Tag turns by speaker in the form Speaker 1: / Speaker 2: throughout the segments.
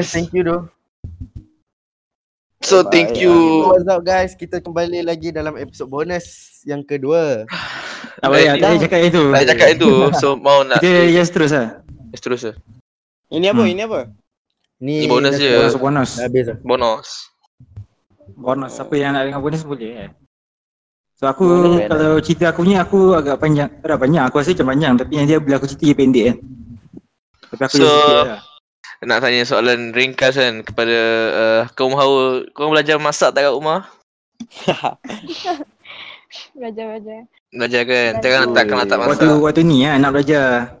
Speaker 1: Yes, thank you though. So thank
Speaker 2: Bye.
Speaker 1: you.
Speaker 2: What's up guys? Kita kembali lagi dalam episod bonus yang kedua.
Speaker 3: Tak payah, tak payah cakap itu.
Speaker 1: Nak cakap itu so mau nak
Speaker 3: Kita just terus lah.
Speaker 1: terus lah.
Speaker 4: Ini apa?
Speaker 3: Hmm.
Speaker 4: Ini apa?
Speaker 2: Ni
Speaker 1: Ni bonus
Speaker 2: dah-
Speaker 1: je. lah.
Speaker 3: Bonus bonus.
Speaker 2: Dah habis dah.
Speaker 1: bonus.
Speaker 3: Bonus siapa yang nak dengar bonus boleh eh. So aku
Speaker 4: Boleh,
Speaker 3: kalau cerita aku ni aku agak panjang, dah panjang. Aku rasa macam panjang tapi yang dia bila aku cerita dia pendek kan. Tapi aku
Speaker 1: So-
Speaker 3: just sikit lah.
Speaker 1: Nak tanya soalan ringkas kan kepada uh, kaum hawa. Kau belajar masak tak kat rumah?
Speaker 5: Belajar belajar.
Speaker 1: Belajar kan? Jangan
Speaker 5: Belajar.
Speaker 1: letak kau letak
Speaker 3: Waktu
Speaker 1: masak.
Speaker 3: waktu ni ah nak belajar.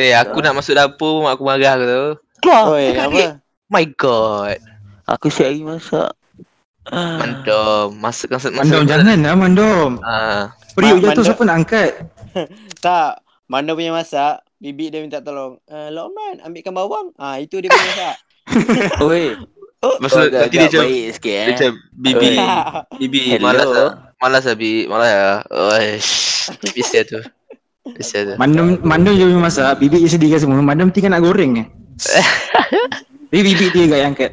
Speaker 1: Eh aku nak masuk dapur mak aku marah aku tu. Keluar.
Speaker 4: Oi, apa?
Speaker 1: My god.
Speaker 6: Aku siap lagi masak.
Speaker 1: Mandom. Masuk kan masuk.
Speaker 3: Ah. Mandom jangan lah mandom.
Speaker 1: Ah.
Speaker 3: Periuk jatuh
Speaker 4: mandom.
Speaker 3: siapa nak angkat?
Speaker 4: Tak. Mana punya masak, bibik dia minta tolong. Uh, Lokman, ambilkan bawang. Ah, itu dia punya masak.
Speaker 6: Oi.
Speaker 1: Pasal
Speaker 6: agak-
Speaker 1: nanti dia
Speaker 6: agak
Speaker 1: macam
Speaker 6: baik sikit
Speaker 1: dia
Speaker 6: eh.
Speaker 1: macam bibi bibi
Speaker 6: Hello.
Speaker 1: malas lah. Malas lah bibi, malas lah. Oi. Bisa tu. Bisa tu.
Speaker 3: Mandom mandom je punya masak, bibik je sedih kan semua. Mandom tinggal nak goreng eh. Tapi bibik dia agak yang angkat.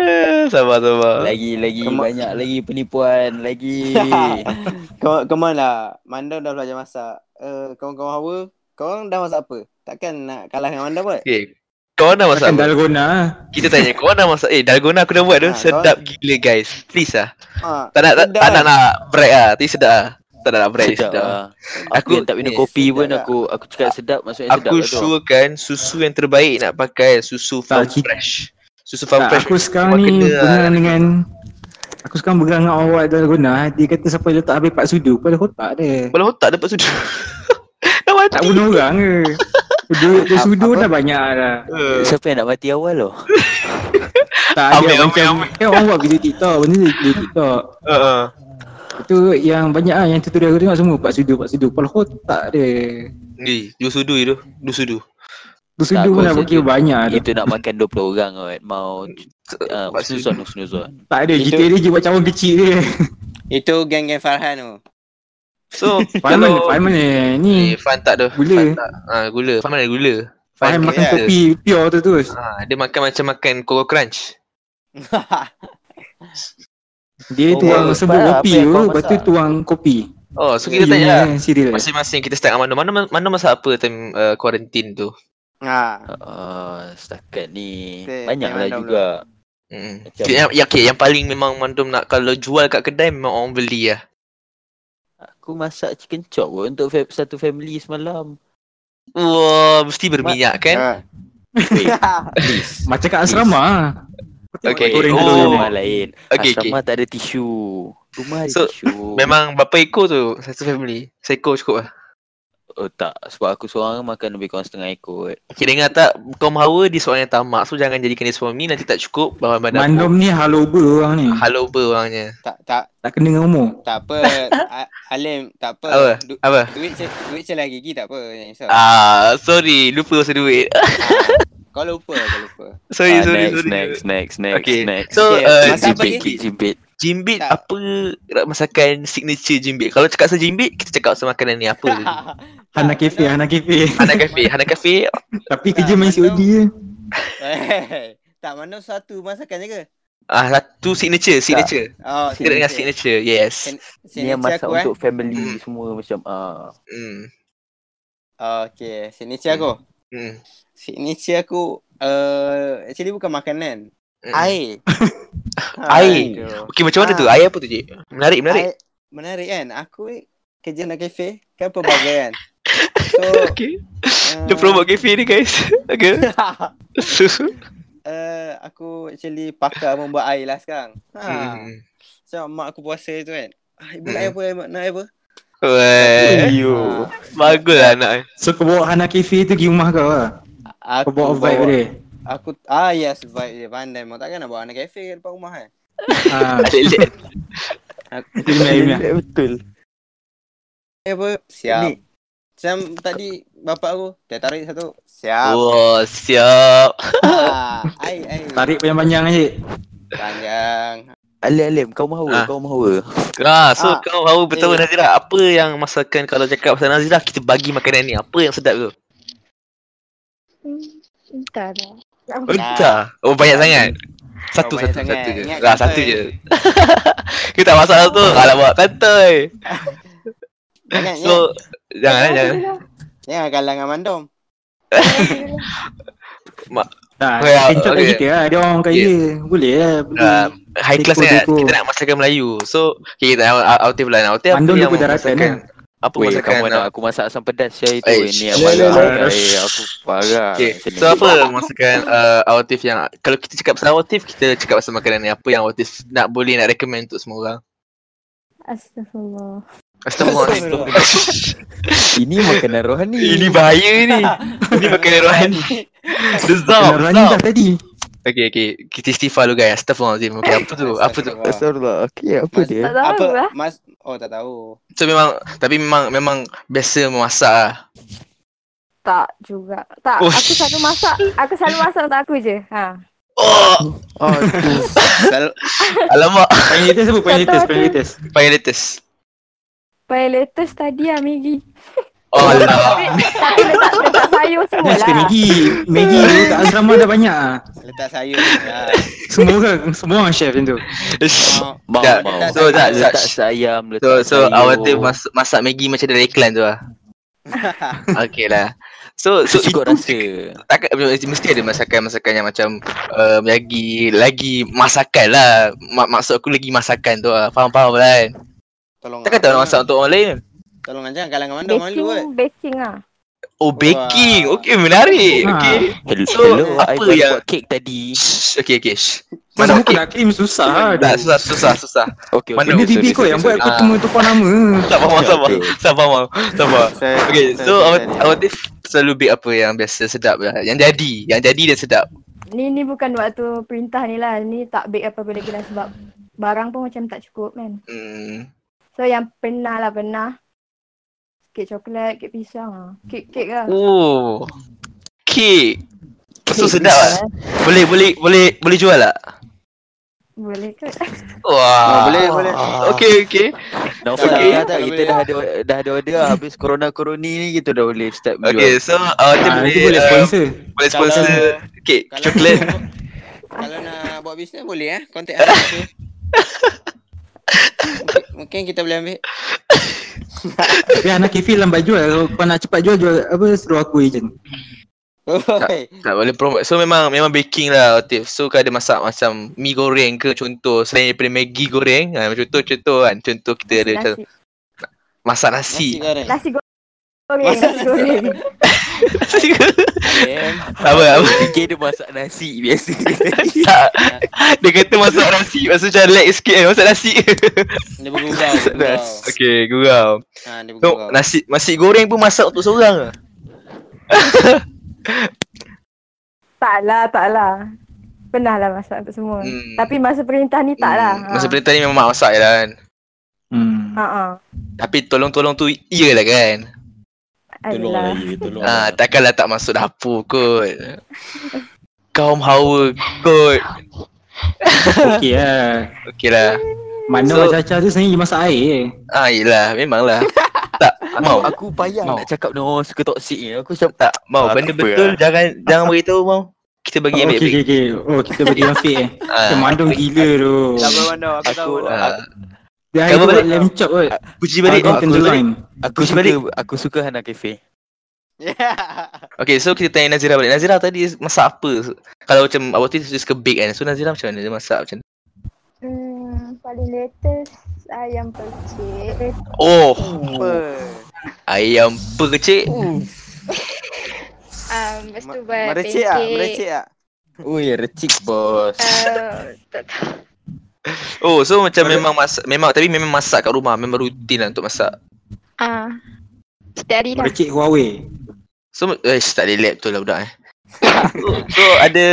Speaker 1: Eh, Sabar sabar.
Speaker 6: Lagi lagi
Speaker 4: Kemak-
Speaker 6: banyak lagi penipuan lagi.
Speaker 4: Come, come on lah. Mandam dah belajar masak. Uh, kawan-kawan Hawa, korang dah masak apa? Takkan nak kalah dengan Mandam kot?
Speaker 1: Okay. Kau nak masak
Speaker 3: Makan
Speaker 1: apa?
Speaker 3: dalgona. ah.
Speaker 1: Kita tanya kau nak masak. Eh dalgona aku dah buat tu.
Speaker 4: Ah,
Speaker 1: Sedap gila guys. Please lah.
Speaker 4: Ah,
Speaker 1: Tak nak tak,
Speaker 4: sedap.
Speaker 1: tak nak nak break ah. Tapi sedap ah. Tak nak nak break
Speaker 6: sedap
Speaker 1: sedap.
Speaker 3: Eh,
Speaker 6: lah. Aku
Speaker 1: Aku-
Speaker 6: yang tak minum
Speaker 1: eh,
Speaker 6: kopi
Speaker 4: sedap
Speaker 6: pun
Speaker 4: lah.
Speaker 6: aku aku cakap sedap maksudnya sedap
Speaker 1: Aku
Speaker 6: lah tu.
Speaker 1: surekan susu yang terbaik nak pakai susu farm
Speaker 3: Tak, kita-
Speaker 1: fresh. Susu farm
Speaker 3: Tak,
Speaker 1: fresh.
Speaker 3: Ah, aku sekarang
Speaker 1: Memang
Speaker 3: ni
Speaker 1: kena lah.
Speaker 3: berang dengan Aku sekarang berang dengan awak dalgona. Dia kata siapa yang letak habis pak sudu pada kotak dia.
Speaker 1: Kepala otak dapat sudu. Dah mati.
Speaker 3: Tak bunuh orang ke. Duit dia sudu dah banyak dah.
Speaker 1: Eh,
Speaker 6: Siapa yang nak mati awal loh?
Speaker 3: Tak
Speaker 1: Ah, Ambil,
Speaker 3: ada
Speaker 1: ambil,
Speaker 3: macam kan orang buat video TikTok, benda dia dia TikTok.
Speaker 1: eh, eh.
Speaker 3: Itu yang banyak ah yang tutorial aku tengok semua pak sudu pak sudu. Pada kotak dia.
Speaker 1: Ni, dua sudu je tu. Dua sudu.
Speaker 3: Tu
Speaker 6: Tak,
Speaker 3: sudu
Speaker 6: aku
Speaker 3: pun dah
Speaker 6: rasa
Speaker 3: bagi
Speaker 6: dia-
Speaker 3: banyak dah.
Speaker 6: Itu nak makan 20 orang kot. Mau ah,
Speaker 1: Pak Sudu.
Speaker 6: snuzon snuzon.
Speaker 3: Tak ada,
Speaker 4: Itu-
Speaker 3: kita dia je buat cawan kecil dia.
Speaker 4: Itu geng-geng Farhan tu.
Speaker 1: So,
Speaker 3: Faham mana?
Speaker 1: kalau
Speaker 3: Faham mana?
Speaker 1: Eh,
Speaker 3: Ni.
Speaker 1: fan tak tu. Fan
Speaker 3: Gula.
Speaker 1: tak. Ha, gula. Fan mana gula? Fan
Speaker 3: Faham
Speaker 1: tu
Speaker 3: makan
Speaker 1: je.
Speaker 3: kopi pure tu terus.
Speaker 1: Ha, dia makan macam makan Coco Crunch.
Speaker 3: Dia
Speaker 6: Oh,
Speaker 3: tuang
Speaker 6: bagus.
Speaker 3: sebut
Speaker 6: Faham apa
Speaker 3: kopi
Speaker 6: yang
Speaker 3: tu,
Speaker 6: kau
Speaker 3: lepas tu
Speaker 6: masak.
Speaker 3: tuang kopi. eh,
Speaker 1: Oh, so kita
Speaker 3: Dia
Speaker 1: tanya lah.
Speaker 3: punya Serial.
Speaker 1: Masing-masing kita start dengan mana. Mana, mana masa apa time uh, quarantine tu?
Speaker 4: Ha.
Speaker 6: Ah, setakat ni
Speaker 4: Okey,
Speaker 6: banyaklah
Speaker 4: memang dah
Speaker 6: juga.
Speaker 1: Hmm.
Speaker 6: Macam-
Speaker 1: Yang, yang, okay, yang paling memang mandom nak kalau jual kat kedai memang orang beli lah.
Speaker 6: Aku masak chicken chop kot untuk fa- satu family semalam.
Speaker 1: Wah, mesti berminyak kan?
Speaker 4: Ha.
Speaker 6: Wait,
Speaker 4: Ah.
Speaker 3: Macam kat asrama lah.
Speaker 1: Okay.
Speaker 3: Goreng
Speaker 1: Oh.
Speaker 3: telur
Speaker 6: oh.
Speaker 3: ni.
Speaker 6: rumah lain.
Speaker 1: Okay, okay.
Speaker 6: Asrama tak ada tisu. Rumah ada
Speaker 1: So,
Speaker 6: tisu.
Speaker 1: Memang berapa ekor tu satu family? Seekor cukup lah.
Speaker 6: Oh tak, sebab aku seorang makan lebih kurang setengah ekor.
Speaker 1: Okay, dengar tak? Kau mahawa dia seorang yang tamak. So, jangan jadikan dia suami. Nanti tak cukup. Bahan-bahan dapur.
Speaker 3: Mandom ni haloba orang ni.
Speaker 1: Halo ber orangnya.
Speaker 4: Tak tak
Speaker 3: Tak kena dengan umur.
Speaker 4: tak apa. A- Alim, tak apa.
Speaker 1: Apa?
Speaker 4: Du-
Speaker 1: Apa?
Speaker 4: duit se- duit selah gigi tak apa. Jangan risau. Ha.
Speaker 1: Ah, sorry. Lupa pasal duit.
Speaker 4: Kau lupa, kau lupa.
Speaker 1: sorry,
Speaker 6: Ah,
Speaker 1: sorry,
Speaker 6: next,
Speaker 1: sorry.
Speaker 6: next, next, next,
Speaker 1: Okay.
Speaker 6: next.
Speaker 1: So,
Speaker 4: Okay,
Speaker 1: uh,
Speaker 4: masak apa
Speaker 6: jimbit,
Speaker 4: ni?
Speaker 1: jimbit,
Speaker 6: kek jimbit.
Speaker 1: jimbit
Speaker 4: Tak.
Speaker 1: apa nak masakan signature jimbit? Kalau cakap pasal jimbit, kita cakap pasal makanan ni apa? tu?
Speaker 4: Tak,
Speaker 3: Hana Cafe,
Speaker 4: Mandam-
Speaker 3: Hana Cafe.
Speaker 1: Hana Cafe, Hana Cafe.
Speaker 3: Tapi
Speaker 4: Tak,
Speaker 3: kerja
Speaker 4: Mandom-
Speaker 3: main COD je.
Speaker 4: Hei, Eh, tak mana satu masakan je ke?
Speaker 1: Ah, satu signature, signature.
Speaker 4: Oh,
Speaker 1: Kita dengan signature. Yes.
Speaker 4: Signature.
Speaker 6: Ni yang
Speaker 4: signature
Speaker 6: masak
Speaker 4: aku eh.
Speaker 6: untuk family semua macam ah.
Speaker 1: Hmm.
Speaker 4: Oh, okay, signature aku.
Speaker 1: Hmm.
Speaker 4: Signature aku uh, actually bukan makanan.
Speaker 1: Hmm.
Speaker 4: Air.
Speaker 1: Air.
Speaker 4: Aduh.
Speaker 1: Okey, macam mana tu?
Speaker 4: Ah.
Speaker 1: Air apa tu, Cik? Menarik, menarik.
Speaker 4: Air- menarik kan? Aku ni kerja dalam kafe kan pelbagai kan. So,
Speaker 1: Okey.
Speaker 4: uh,
Speaker 1: Dia promote cafe ni, guys. Hmm. Okay.
Speaker 4: Ha. uh, aku actually pakar membuat air lah sekarang. Ha.
Speaker 1: Hmm.
Speaker 4: So, mak aku puasa tu kan. Ah, ibu
Speaker 1: Hmm.
Speaker 4: nak air apa? Ibu nak air apa? Ah,
Speaker 1: Weh.
Speaker 4: Eh? Yo.
Speaker 1: Bagus lah anak eh.
Speaker 3: So kau bawa Hana Cafe tu pergi rumah kau lah.
Speaker 4: Aku
Speaker 3: Kau bawa vibe dia.
Speaker 4: Aku ah yes vibe dia pandai mau takkan nak bawa anak kafe kat depan rumah kan.
Speaker 3: Ha,
Speaker 1: Adik-adik.
Speaker 3: itu dia punya.
Speaker 1: ya?
Speaker 6: Betul.
Speaker 4: Eh apa?
Speaker 6: Ni.
Speaker 4: Siap. Macam tadi bapak aku dia tarik satu. Siap.
Speaker 1: Wah, siap.
Speaker 4: Ah, ai ai.
Speaker 3: Tarik panjang-panjang aje.
Speaker 4: Panjang.
Speaker 6: Alim, Alim, kau
Speaker 1: Ah.
Speaker 6: mahawa, kau mahawa.
Speaker 1: Ah, so
Speaker 4: Ah.
Speaker 1: kau tahu
Speaker 4: Eh.
Speaker 1: betul Nazira apa yang masakan kalau cakap pasal Nazira kita bagi makanan ni apa yang sedap tu?
Speaker 5: Hmm, entahlah.
Speaker 1: Entah. Oh banyak sangat. Satu
Speaker 4: Oh, banyak
Speaker 1: satu satu,
Speaker 4: sangat.
Speaker 1: je.
Speaker 4: Ingat
Speaker 1: Lah
Speaker 4: kata,
Speaker 1: satu
Speaker 4: eh.
Speaker 1: je. Kita tak masak satu. Alah buat kantoi.
Speaker 4: Jangan, so,
Speaker 1: So jangan eh, jangan.
Speaker 4: jangan kalah dengan Mandom.
Speaker 3: Tak,
Speaker 1: Okay, ah,
Speaker 3: kencok
Speaker 1: okay.
Speaker 3: kat kita lah. Dia orang kaya. Boleh lah. Boleh.
Speaker 1: Uh, high class
Speaker 3: Dekor,
Speaker 1: sangat.
Speaker 3: dekor.
Speaker 1: Kita nak masakan Melayu. So okay, kita nak autif lah. Nak autif apa
Speaker 3: Mandul
Speaker 1: yang
Speaker 3: lupa daratan
Speaker 1: masakan?
Speaker 3: lah.
Speaker 1: Apa
Speaker 6: Weh,
Speaker 1: masakan?
Speaker 6: kamu
Speaker 1: nak-
Speaker 6: nak aku masak asam pedas saya tu
Speaker 1: Eh,
Speaker 6: eh, ni
Speaker 1: shh.
Speaker 6: awal
Speaker 3: Lele,
Speaker 6: lah.
Speaker 3: lele.
Speaker 6: Eh, aku parah.
Speaker 1: Okay,
Speaker 6: macam ni.
Speaker 1: so apa masakan uh, autif yang kalau kita cakap pasal autif kita cakap pasal makanan ni apa yang autif nak boleh nak recommend untuk semua orang.
Speaker 5: Astagfirullah.
Speaker 1: Astagfirullahalazim.
Speaker 6: Ini makanan rohani.
Speaker 1: Ini bahaya ni. Ini makanan rohani. Sesam.
Speaker 3: Kalau Rani dah tadi.
Speaker 1: Okay, okay. Kita istighfar dulu guys. Astagfirullahaladzim. Okay, apa tu? Apa tu?
Speaker 6: Astagfirullah. Okey, apa
Speaker 4: Mas-
Speaker 6: dia?
Speaker 5: Tak tahu
Speaker 4: Apa?
Speaker 5: lah.
Speaker 4: Mas, oh tak tahu.
Speaker 1: So memang, tapi memang memang biasa memasak lah.
Speaker 5: Tak juga. Tak,
Speaker 1: Oh.
Speaker 5: aku selalu masak. Aku selalu masak untuk aku je. Ha.
Speaker 1: Oh,
Speaker 6: Oh,
Speaker 4: Sel-
Speaker 1: alamak.
Speaker 3: Panggil latest apa? Panggil latest. Panggil latest.
Speaker 1: Pakai lettuce.
Speaker 5: Pakai lettuce tadi lah Maggi.
Speaker 1: Oh, alamak.
Speaker 5: Tapi, tapi letak, letak sayur
Speaker 3: Dia
Speaker 5: semua
Speaker 3: suka
Speaker 5: lah.
Speaker 3: Maggi. Maggi tu kat asrama dah banyak lah.
Speaker 4: letak sayur. Ha.
Speaker 3: Semua orang, semua orang chef macam tu.
Speaker 4: Oh,
Speaker 6: mau,
Speaker 1: Sekejap.
Speaker 6: mau.
Speaker 1: So, tak,
Speaker 6: letak
Speaker 1: tak.
Speaker 6: sayam, letak
Speaker 1: So, so
Speaker 6: sayur.
Speaker 1: awak tu mas- masak Maggi macam dari iklan tu lah. Okay lah. So, so
Speaker 6: So,
Speaker 1: itu
Speaker 6: cukup rasa.
Speaker 1: tak mesti ada masakan-masakan yang macam uh, lagi lagi masakan lah. Ma- maksud aku lagi masakan tu lah. Faham-faham lah kan.
Speaker 4: Tolong.
Speaker 1: Takkan tak nak masak untuk orang lain.
Speaker 4: Tolong jangan kalah dengan Mandom malu eh?
Speaker 5: Baking,
Speaker 4: kot.
Speaker 5: baking lah.
Speaker 1: Oh baking.
Speaker 4: Wah.
Speaker 1: Okey menarik.
Speaker 3: Ha.
Speaker 1: Okey.
Speaker 6: Hello,
Speaker 1: So,
Speaker 6: hello
Speaker 1: apa
Speaker 6: I baru
Speaker 1: yang-
Speaker 6: buat kek tadi.
Speaker 1: Shh, Okey okey. shh. Mana
Speaker 3: Mana aku
Speaker 1: okey.
Speaker 3: nak claim susah lah.
Speaker 1: Tak susah susah susah.
Speaker 6: Okey,
Speaker 1: Mana
Speaker 3: Benda TV kau yang buat aku
Speaker 1: Ah.
Speaker 3: cuma tukar nama.
Speaker 1: Sabar
Speaker 6: Okay,
Speaker 1: sabar.
Speaker 6: okay.
Speaker 1: Sabar mau. Sabar.
Speaker 4: Saya,
Speaker 1: Okey,
Speaker 4: saya-
Speaker 1: Oh, so
Speaker 4: saya-
Speaker 1: awak awak tu selalu bake apa yang biasa sedap lah. Yang jadi, yang jadi dan sedap.
Speaker 5: Ni ni bukan waktu perintah ni lah. Ni tak bake apa-apa lagi lah sebab barang pun macam tak cukup kan.
Speaker 1: Hmm.
Speaker 5: So yang pernah lah pernah. Kek coklat, kek pisang lah. Kek-kek lah.
Speaker 1: Oh. Cake. So sedap lah. Boleh boleh boleh boleh jual tak?
Speaker 5: Boleh ke?
Speaker 1: Wah.
Speaker 4: Oh, boleh, boleh.
Speaker 1: Okey okey.
Speaker 6: Dah
Speaker 1: Okey.
Speaker 6: okay. dah, tak?
Speaker 4: Tak
Speaker 6: Kita
Speaker 4: boleh
Speaker 6: dah ada dah ada order lah. habis corona coroni ni kita dah boleh start berjual.
Speaker 1: Okey, so awak tu
Speaker 3: Ah,
Speaker 1: boleh
Speaker 3: Itu boleh
Speaker 1: uh,
Speaker 3: sponsor.
Speaker 1: boleh sponsor
Speaker 4: Kalau-
Speaker 1: cake
Speaker 4: kalau-
Speaker 1: coklat.
Speaker 4: Kalau nak buat bisnes boleh eh. Contact aku. Mungkin- Mungkin kita boleh ambil.
Speaker 3: Tapi anak kefil lambat jual. Kalau kau nak cepat jual, jual apa suruh aku agent.
Speaker 4: Oh, Oi.
Speaker 1: Tak boleh promote. So memang memang baking lah Otif. So kau ada masak macam mi goreng ke contoh selain daripada Maggi goreng. Ha, contoh contoh kan. Contoh kita ada macam
Speaker 5: Nasi,
Speaker 1: masak
Speaker 4: Nasi
Speaker 1: nasi.
Speaker 4: goreng.
Speaker 5: nasi goreng.
Speaker 4: Masak
Speaker 5: Nasi goreng.
Speaker 1: Nasi
Speaker 4: Boleh.
Speaker 1: apa apa.
Speaker 6: Fikir dia masak nasi biasa.
Speaker 1: Tak. Dia kata masak nasi Maksud macam lag sikit kan Masak nasi
Speaker 4: Dia bergurau. dia bergurau.
Speaker 1: Okay gurau
Speaker 4: Ha, dia
Speaker 1: so,
Speaker 4: bergurau.
Speaker 1: Nasi nasi goreng pun masak untuk seorang lah
Speaker 5: tak lah, tak lah. Pernah lah masak untuk semua.
Speaker 1: Hmm.
Speaker 5: Tapi masa perintah ni tak lah.
Speaker 1: Hmm, Masa perintah ni memang mak masak je lah kan
Speaker 3: Hmm.
Speaker 5: Ha ah.
Speaker 1: Tapi tolong-tolong tu Iyalah kan
Speaker 5: Adalah.
Speaker 6: tolong.
Speaker 1: Ah, takkanlah tak masuk dapur kot. Kaum hawa kot.
Speaker 3: Okey lah.
Speaker 1: Okeylah.
Speaker 3: Mana
Speaker 1: So-
Speaker 3: so, Caca tu sebenarnya dia masak air eh. je.
Speaker 1: Ah, yelah, memanglah. tak
Speaker 6: Aku,
Speaker 1: mau.
Speaker 6: aku payah
Speaker 1: Mau.
Speaker 6: nak cakap dengan orang suka toksik ni. Aku macam
Speaker 1: Tak mau.
Speaker 6: Tak
Speaker 1: Benda
Speaker 6: apa
Speaker 1: betul
Speaker 6: lah.
Speaker 1: jangan jangan beritahu mau. Kita bagi
Speaker 3: Oh,
Speaker 1: yang
Speaker 3: okay, okay,
Speaker 1: baik-baik.
Speaker 3: okay. Oh, kita bagi yang fake eh. Macam
Speaker 1: Ah,
Speaker 3: mandung gila tu.
Speaker 4: Tak apa Mandom, aku tahu.
Speaker 6: aku
Speaker 4: Mandom.
Speaker 1: ah.
Speaker 3: Dia hari
Speaker 1: Kamu
Speaker 3: tu buat
Speaker 1: balik-
Speaker 3: lamb chop kot.
Speaker 1: puji balik. Oh,
Speaker 3: Argan
Speaker 1: aku balik.
Speaker 3: tenderloin.
Speaker 6: aku
Speaker 1: Push
Speaker 6: suka
Speaker 1: balik.
Speaker 6: aku suka Hana Cafe.
Speaker 4: Yeah.
Speaker 1: Okay, so kita tanya Nazira balik. Nazira tadi masak apa? Kalau macam awak tu suka bake kan. So Nazira macam mana dia masak macam mana?
Speaker 5: Hmm, paling latest ayam percik.
Speaker 1: Oh,
Speaker 4: Apa? Uh,
Speaker 1: ayam percik.
Speaker 7: Um, lepas tu buat
Speaker 4: Merecik ah, merecik ah.
Speaker 6: Ui, recik bos.
Speaker 7: Uh, tak tahu.
Speaker 1: Oh, so macam memang masak memang tapi memang masak kat rumah. Memang rutin lah untuk masak.
Speaker 7: Ah. Setiap hari lah.
Speaker 3: Percik Oh, Huawei.
Speaker 1: So eh tak ada lab tu lah budak eh. so, so ada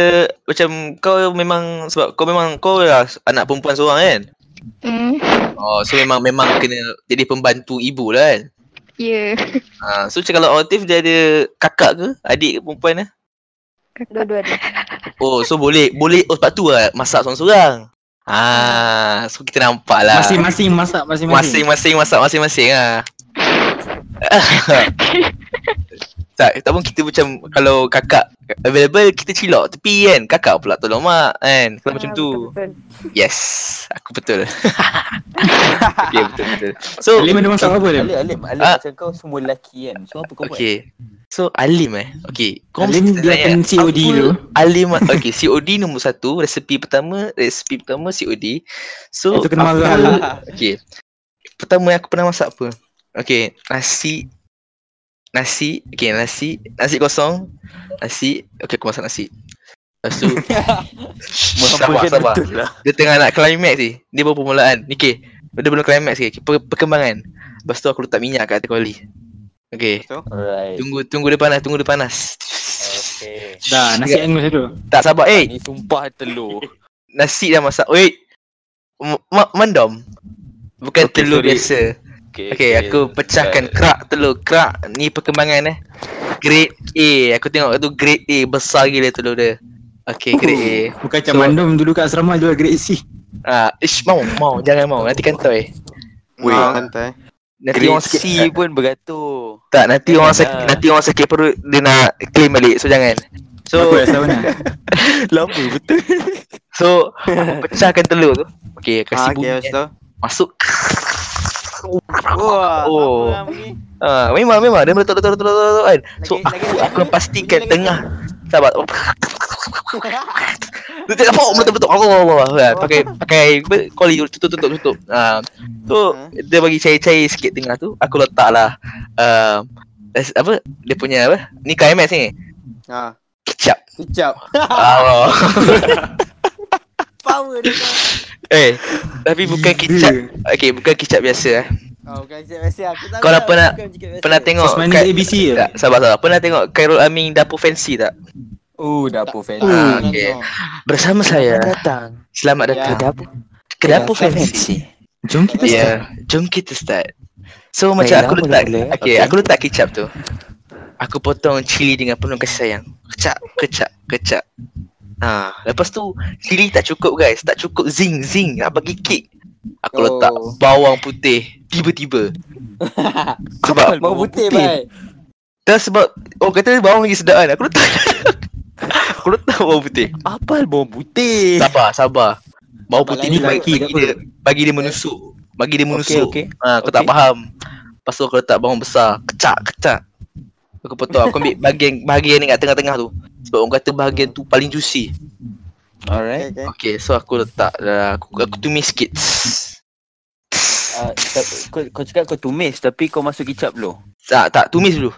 Speaker 1: macam kau memang sebab kau memang kau lah anak perempuan seorang kan.
Speaker 7: Hmm.
Speaker 1: Oh so memang memang kena jadi pembantu ibu lah kan.
Speaker 7: Ya. Yeah.
Speaker 1: Ha so macam kalau Otif dia ada kakak ke adik ke perempuan eh?
Speaker 5: Dua-dua dia.
Speaker 1: Oh so boleh boleh oh sebab tu lah masak seorang-seorang. Ah so kita nampak lah.
Speaker 3: Masing-masing masak masing-masing.
Speaker 1: Masing-masing masak masing-masing lah. Tak, tak pun kita macam kalau kakak available kita cilok Tapi kan kakak pula tolong mak kan Kalau macam tu
Speaker 5: Ah, Betul,
Speaker 1: Yes, aku betul Okay, betul betul So,
Speaker 3: Alim ada masalah apa dia?
Speaker 6: Alim, Alim, Alim
Speaker 1: Ah.
Speaker 6: macam kau semua lelaki kan. So apa kau buat?
Speaker 1: okay So, Alim eh Okay, kau
Speaker 3: Alim
Speaker 1: mesti
Speaker 3: dia
Speaker 1: tanya,
Speaker 3: akan COD
Speaker 1: apa
Speaker 3: tu.
Speaker 1: Alim, okay, COD nombor satu Resepi pertama, resepi pertama COD So,
Speaker 3: Itu kena marah
Speaker 1: apa-
Speaker 3: lah.
Speaker 1: Okay Pertama yang aku pernah masak apa? Okay Nasi Nasi Okay nasi Nasi kosong Nasi Okay aku masak nasi Lepas tu Sabar
Speaker 6: Merampungkan
Speaker 1: sabar
Speaker 6: betul lah.
Speaker 1: Dia tengah nak climax ni Dia baru permulaan Ni okay Dia belum climax ni okay. per- Perkembangan Lepas tu aku letak minyak kat atas kuali Okay Eh,
Speaker 6: Alright.
Speaker 1: Tunggu tunggu dia panas Tunggu dia panas
Speaker 6: Okay.
Speaker 3: Dah, nasi angus tu.
Speaker 1: Tak sabar Eh
Speaker 6: Ni sumpah telur.
Speaker 1: nasi dah masak Wait M- ma- Mendom Bukan
Speaker 6: Okay,
Speaker 1: telur
Speaker 6: sorry.
Speaker 1: biasa Okay, aku pecahkan kerak telur kerak ni perkembangan eh. Grade A. Aku tengok tu grade A besar gila telur dia. Okay, grade
Speaker 3: Bukan macam
Speaker 1: So-
Speaker 3: mandom dulu kat asrama jual grade C.
Speaker 1: A. Ah, ish mau mau jangan mau nanti kantoi.
Speaker 4: Weh.
Speaker 1: Ah,
Speaker 4: Santai.
Speaker 1: Nanti
Speaker 6: Grade
Speaker 1: orang sakit
Speaker 6: C pun beratur.
Speaker 1: tak nanti orang sakit
Speaker 6: Ah.
Speaker 1: nanti orang sakit perut dia nak claim balik so jangan.
Speaker 3: So,
Speaker 1: So
Speaker 3: aku dah tahu nak.
Speaker 6: Lama betul.
Speaker 1: so aku pecahkan telur tu.
Speaker 4: Ah,
Speaker 1: Okay, kasi
Speaker 4: okay,
Speaker 1: bunyi.
Speaker 4: lepas
Speaker 1: kan.
Speaker 4: tu.
Speaker 1: Masuk.
Speaker 4: Wah, sama
Speaker 1: Oh.
Speaker 4: lah bunyi.
Speaker 1: Ah, memang memang dia meletup letup letup letup, letup kan. So
Speaker 4: Lagi- lagi-
Speaker 1: aku
Speaker 4: lagi-
Speaker 1: aku
Speaker 4: lagi-
Speaker 1: pastikan
Speaker 4: lagi-
Speaker 1: tengah sahabat. Dia tak apa meletup letup. Allah Allah Allah. Pakai pakai apa, koli tutup tutup tutup. Ah. So
Speaker 4: Ha?
Speaker 1: dia bagi cair-cair sikit tengah tu, aku letaklah ah es- apa dia punya apa? Ni KMS ni.
Speaker 4: Ah,
Speaker 1: Kicap.
Speaker 4: kicap.
Speaker 1: Allah.
Speaker 4: Power dia. kau.
Speaker 1: eh, tapi bukan kicap. Okey, bukan kicap biasa eh.
Speaker 4: Oh, bukan kicap biasa. Aku tak
Speaker 1: Kau dah pernah- Pernah
Speaker 3: Sos
Speaker 1: tengok
Speaker 3: manis ABC je.
Speaker 1: tak, sabar sabar. Pernah tengok Khairul Amin dapur fancy tak?
Speaker 6: Oh, dapur fan.
Speaker 1: Ah, okay. Bersama saya.
Speaker 6: datang
Speaker 1: Selamat
Speaker 4: Ya.
Speaker 1: datang.
Speaker 6: dapur
Speaker 1: Kenapa fancy?
Speaker 3: Jom Ah, kita
Speaker 1: Ya, yeah.
Speaker 3: start.
Speaker 1: jom kita start. So
Speaker 6: Baiklah,
Speaker 1: macam aku letak
Speaker 6: mula-mula.
Speaker 1: okay,
Speaker 6: Okay.
Speaker 1: aku letak kicap tu. Aku potong cili dengan penuh kasih sayang. Kecap, kecap, kecap. Ha, lepas tu cili tak cukup guys, tak cukup zing zing nak bagi kick. Aku
Speaker 4: Oh.
Speaker 1: letak bawang putih tiba-tiba. sebab
Speaker 4: Mau putih, baik.
Speaker 1: dah sebab oh kata bawang lagi sedap kan. Aku letak Aku letak bawang putih.
Speaker 6: Apa bawang putih?
Speaker 1: Sabar, sabar. Eh. Bawang
Speaker 4: Sabar
Speaker 1: putih
Speaker 4: lain
Speaker 1: ni bagi,
Speaker 3: lagi,
Speaker 1: bagi dia bagi dia menusuk. Bagi dia
Speaker 6: Okey,
Speaker 1: menusuk.
Speaker 6: okey.
Speaker 1: Ha, kau tak
Speaker 6: Okey.
Speaker 1: faham. Lepas tu aku letak bawang besar. Kecak, kecak. Aku potong, aku ambil bahagian bahagian ni kat tengah-tengah tu. Sebab orang kata bahagian tu paling juicy.
Speaker 4: Okay,
Speaker 6: Alright.
Speaker 4: okay.
Speaker 1: Okay, so aku letak uh, aku, aku tumis sikit.
Speaker 6: Ah, ta- kau, kau cakap kau tumis tapi kau masuk kicap dulu.
Speaker 1: Tak, tak, tumis dulu.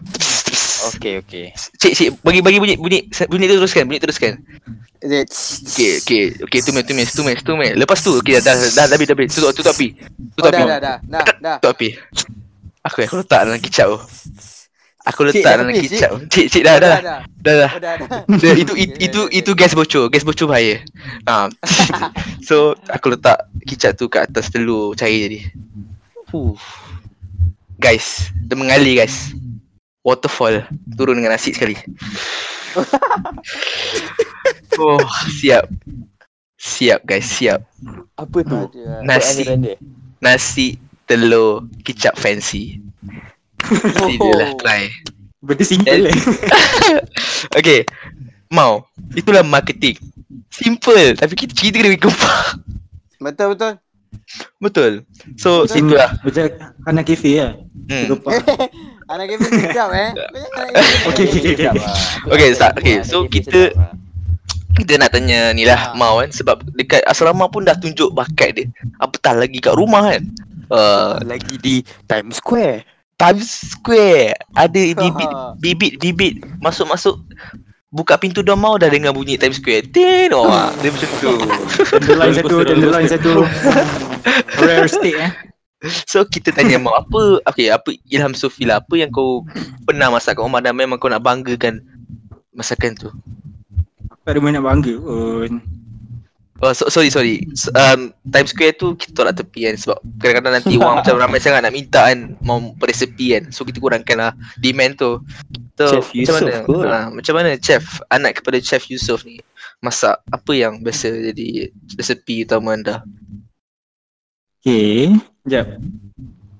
Speaker 6: Okey, okey.
Speaker 1: Cik, cik, bagi bagi bunyi bunyi bunyi tu teruskan, bunyi teruskan.
Speaker 4: Okay.
Speaker 1: Okay, okay, okay, tumis, tumis, tumis, tumis. Lepas tu, okay, dah, dah, dah, habis, dah, habis. tutup, tutup api.
Speaker 4: Oh, dah,
Speaker 1: Tutup api.
Speaker 4: dah, dah, dah, dah.
Speaker 1: Tutup api. Aku aku letak dalam kicap tu. Aku
Speaker 4: Cik,
Speaker 1: letak
Speaker 4: dah
Speaker 1: dalam
Speaker 4: habis,
Speaker 1: kicap. Cik cik dah
Speaker 4: Oh,
Speaker 1: dah.
Speaker 4: dah.
Speaker 1: Dah dah.
Speaker 4: Oh, dah, dah.
Speaker 1: Dah, itu it- itu itu gas bocor, gas bocor bahaya. Ha. so aku letak kicap tu kat atas telur cair jadi. Huh. Guys, dia mengalir guys. Waterfall turun dengan nasi sekali. oh, siap. Siap guys, siap.
Speaker 6: Apa tu?
Speaker 4: Aduh,
Speaker 1: Nasi
Speaker 6: Aliran dia.
Speaker 1: nasi telur kicap fancy. Nanti dia lah try.
Speaker 3: Benda simple eh.
Speaker 1: Okay Mau Itulah marketing Simple Tapi kita cerita kena gempak
Speaker 4: Betul, betul.
Speaker 1: Betul So
Speaker 4: Betul.
Speaker 1: Simple lah
Speaker 3: Macam anak kafe lah.
Speaker 1: hmm.
Speaker 3: Kepak.
Speaker 4: Anak Kevin kicap eh. Kau jangan nak
Speaker 3: Okey, okey, okey, okey.
Speaker 6: Sedap lah. Aku
Speaker 1: Okey,
Speaker 6: rasa
Speaker 1: start.
Speaker 6: dia
Speaker 1: Okey,
Speaker 6: sedap
Speaker 1: so
Speaker 6: lah. Dia
Speaker 1: kita-
Speaker 6: sedap lah.
Speaker 1: Kita nak tanya ni lah
Speaker 4: Ah.
Speaker 1: Mau kan Sebab dekat asrama pun dah tunjuk bakat dia Apatah lagi kat rumah kan uh,
Speaker 6: lagi di Times Square.
Speaker 1: Times Square Ada bibit
Speaker 4: Ah.
Speaker 1: Bibit Bibit Masuk-masuk Buka pintu dah mau dah dengar bunyi Times Square Tin oh, ah. Dia macam tu
Speaker 3: Tenderloin satu, tenderloin satu. Rare steak eh.
Speaker 1: So kita tanya Mau apa Okay apa Ilham Sofi lah Apa yang kau Pernah masak kat rumah Dan memang kau nak banggakan Masakan tu
Speaker 3: Tak ada banyak bangga pun.
Speaker 1: Oh, so, sorry, sorry.
Speaker 3: Hmm.
Speaker 1: S- Um, Times Square tu kita tolak tepi kan sebab kadang-kadang nanti orang macam ramai sangat nak minta kan mau resepi kan. So kita kurangkan lah demand tu. So,
Speaker 6: Chef Yusof
Speaker 1: macam
Speaker 6: kot.
Speaker 1: mana? Ha, macam mana chef anak kepada chef Yusof ni masak apa yang biasa jadi resepi utama anda?
Speaker 3: Okay. Sekejap.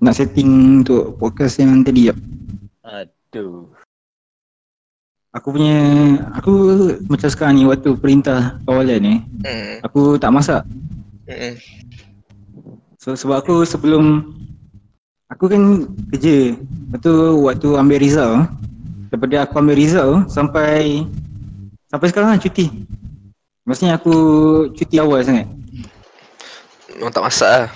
Speaker 3: Nak setting untuk podcast yang tadi sekejap.
Speaker 6: Aduh.
Speaker 3: Aku punya Aku macam sekarang ni Waktu perintah kawalan ni
Speaker 1: Hmm.
Speaker 3: Aku tak masak
Speaker 1: Mm-mm.
Speaker 3: So sebab aku sebelum Aku kan kerja Lepas tu waktu ambil result Daripada aku ambil result sampai Sampai sekarang lah cuti Maksudnya aku cuti awal sangat
Speaker 1: Memang tak masak lah.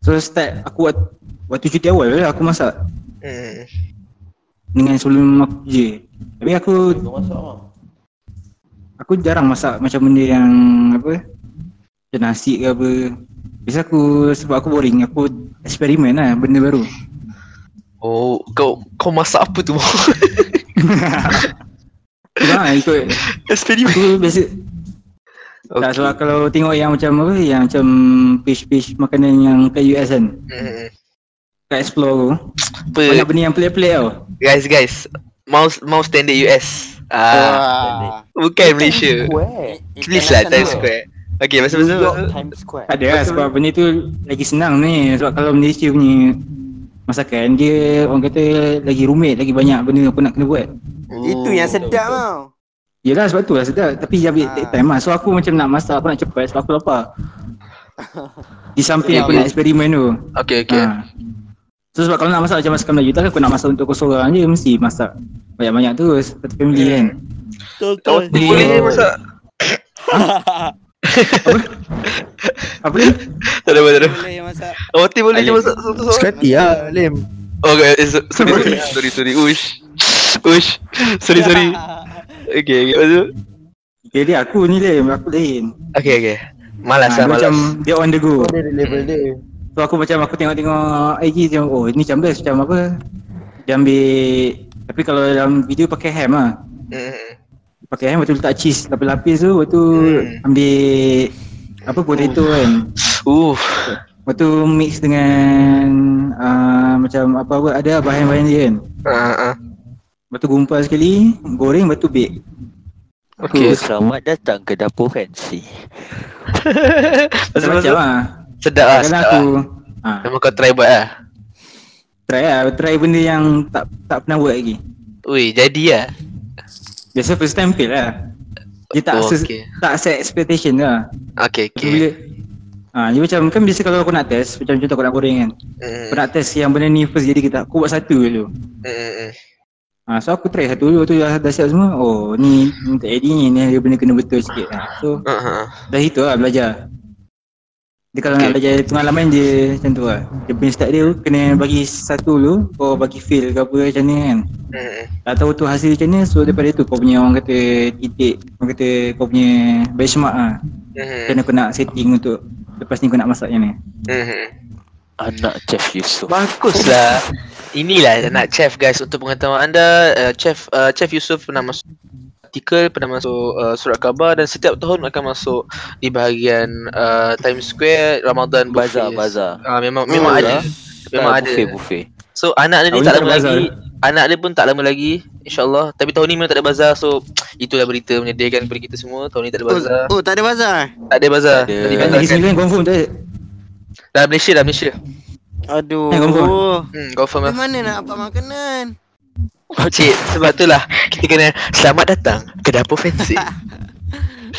Speaker 3: So start aku waktu, waktu cuti awal lah aku masak
Speaker 1: Hmm.
Speaker 3: Dengan sebelum aku kerja Tapi aku
Speaker 6: Kau masak ah.
Speaker 3: aku jarang masak macam benda yang apa Macam nasi ke apa Biasa aku sebab aku boring aku eksperimen lah benda baru
Speaker 1: Oh, kau kau masak apa tu?
Speaker 3: Kurang lah ikut
Speaker 1: Eksperimen.
Speaker 3: Aku biasa okay. Tak
Speaker 1: Okay.
Speaker 3: sebab kalau tengok yang macam apa Yang macam page-page makanan yang kat US kan
Speaker 1: Hmm.
Speaker 3: Kat explore tu
Speaker 1: Apa
Speaker 3: Banyak benda yang pelik-pelik tau
Speaker 1: guys guys. Mouse mouse standard US.
Speaker 4: Wah.
Speaker 1: Ah, bukan Malaysia. Please lah Times Square. Okay, masa masa.
Speaker 6: New York Times Square.
Speaker 3: Tak ada lah sebab benda tu lagi senang ni Sebab kalau Malaysia punya Masakan dia orang kata lagi rumit lagi banyak benda yang aku nak kena buat
Speaker 4: Itu yang sedap
Speaker 6: betul.
Speaker 4: tau.
Speaker 3: Yelah sebab tu lah sedap tapi dia ambil
Speaker 4: Ah.
Speaker 3: take time lah So aku macam nak masak aku nak cepat sebab aku lapar Di samping Eh, aku
Speaker 4: Sedap.
Speaker 3: nak eksperimen tu
Speaker 1: Okay, okay.
Speaker 3: Ha. So sebab kalau nak masak macam masakan Melayu takkan aku nak masak untuk kau seorang je mesti masak banyak-banyak terus satu family kan.
Speaker 1: Kau boleh
Speaker 3: Betul.
Speaker 1: masak.
Speaker 3: Apa ni?
Speaker 1: Tak ada apa, tak ada. apa.
Speaker 4: Boleh masak.
Speaker 1: Awati boleh je
Speaker 6: Alim.
Speaker 1: masak satu satu.
Speaker 2: Sekati lah Lim
Speaker 1: Oh, okay. eh, so- sorry, sorry, sorry, sorry. Ush. Ush. Sorry, sorry. Okay, okay. Lepas tu-
Speaker 3: Dia dia aku ni lain, aku lain.
Speaker 1: Okay, okay. Malas lah,
Speaker 3: Ha, dia
Speaker 1: malas.
Speaker 3: macam dia on the go.
Speaker 2: Kau ada label Oh, dia
Speaker 3: So aku macam aku tengok-tengok IG macam oh ni macam best macam apa. Dia ambil tapi kalau dalam video pakai ham lah.
Speaker 1: Mm.
Speaker 3: Pakai ham lepas tu letak cheese lapis-lapis tu lepas tu
Speaker 1: Hmm.
Speaker 3: ambil apa potato kan.
Speaker 1: Uh,
Speaker 3: Lepas tu mix dengan uh, macam apa-apa ada lah bahan-bahan dia kan.
Speaker 1: ah, ah.
Speaker 3: Lepas tu gumpal sekali, goreng lepas tu bake.
Speaker 1: Okay.
Speaker 6: Selamat datang ke dapur fancy.
Speaker 3: Macam-macam lah.
Speaker 1: Sedap lah,
Speaker 3: Kadang
Speaker 1: sedap
Speaker 3: aku
Speaker 1: lah.
Speaker 3: ha,
Speaker 1: Memang kau try buat lah.
Speaker 3: try lah, try benda yang tak tak pernah buat lagi.
Speaker 1: Ui, jadi lah.
Speaker 3: Biasa first time fail lah. Dia tak
Speaker 1: Oh,
Speaker 3: ses-
Speaker 1: okay.
Speaker 3: tak set expectation lah.
Speaker 1: Okay,
Speaker 3: Okay.
Speaker 1: okay.
Speaker 3: Bila Ha, dia macam kan biasa kalau aku nak test macam contoh aku nak goreng kan. Aku
Speaker 1: Mm,
Speaker 3: nak test yang benda ni first jadi kita aku buat satu dulu.
Speaker 1: mm, mm, mm.
Speaker 3: Ha, so aku try satu dulu tu dah, dah siap semua. Oh, ni ni tak jadi ni, ni dia benda kena betul sikit. Ha, so
Speaker 1: Ah, ah, ah.
Speaker 3: Dah itu lah belajar Dia kalau okay. nak
Speaker 1: Okay.
Speaker 3: belajar pengalaman dia macam tu lah Dia punya start dia kena bagi satu dulu Kau bagi fail ke apa macam ni kan
Speaker 1: Mm, mm.
Speaker 3: Tak tahu tu hasil macam ni So daripada tu kau punya orang kata titik Orang kata kau punya benchmark lah
Speaker 1: Mm,
Speaker 3: Macam mana kau nak setting untuk Lepas ni kau nak masak macam ni
Speaker 1: mm, mm.
Speaker 6: Anak Chef Yusof.
Speaker 1: Baguslah. Inilah nak chef guys untuk pengetahuan anda uh, chef uh, chef Yusof pernah masuk artikel pernah masuk uh, surat khabar dan setiap tahun akan masuk di bahagian uh, Times Square Ramadan
Speaker 6: Bazar,
Speaker 1: buffet.
Speaker 6: bazar.
Speaker 1: Uh, memang
Speaker 4: Oh,
Speaker 1: memang ada. Memang
Speaker 6: Ah,
Speaker 1: ada.
Speaker 6: Buffet, buffet.
Speaker 1: So anak dia ni
Speaker 3: Tahun
Speaker 1: tak lama
Speaker 3: ni tak ada bazar.
Speaker 1: lagi Anak dia pun tak lama lagi InsyaAllah Tapi tahun ni memang tak ada bazar So itulah berita menyedihkan kepada kita semua Tahun ni tak ada
Speaker 4: Oh,
Speaker 1: bazar
Speaker 4: oh, tak ada bazar.
Speaker 1: Tak ada bazar
Speaker 6: Tak ada.
Speaker 1: Dah
Speaker 3: Kan lagi
Speaker 1: dibatalkan
Speaker 3: sembilan confirm tak ada
Speaker 1: Ya. Dah Malaysia dah Malaysia
Speaker 4: Aduh.
Speaker 3: Eh, confirm.
Speaker 1: Hmm confirm lah
Speaker 4: Di mana nak dapat makanan?
Speaker 1: Cik sebab tu lah Kita kena Selamat datang ke dapur fancy Eh,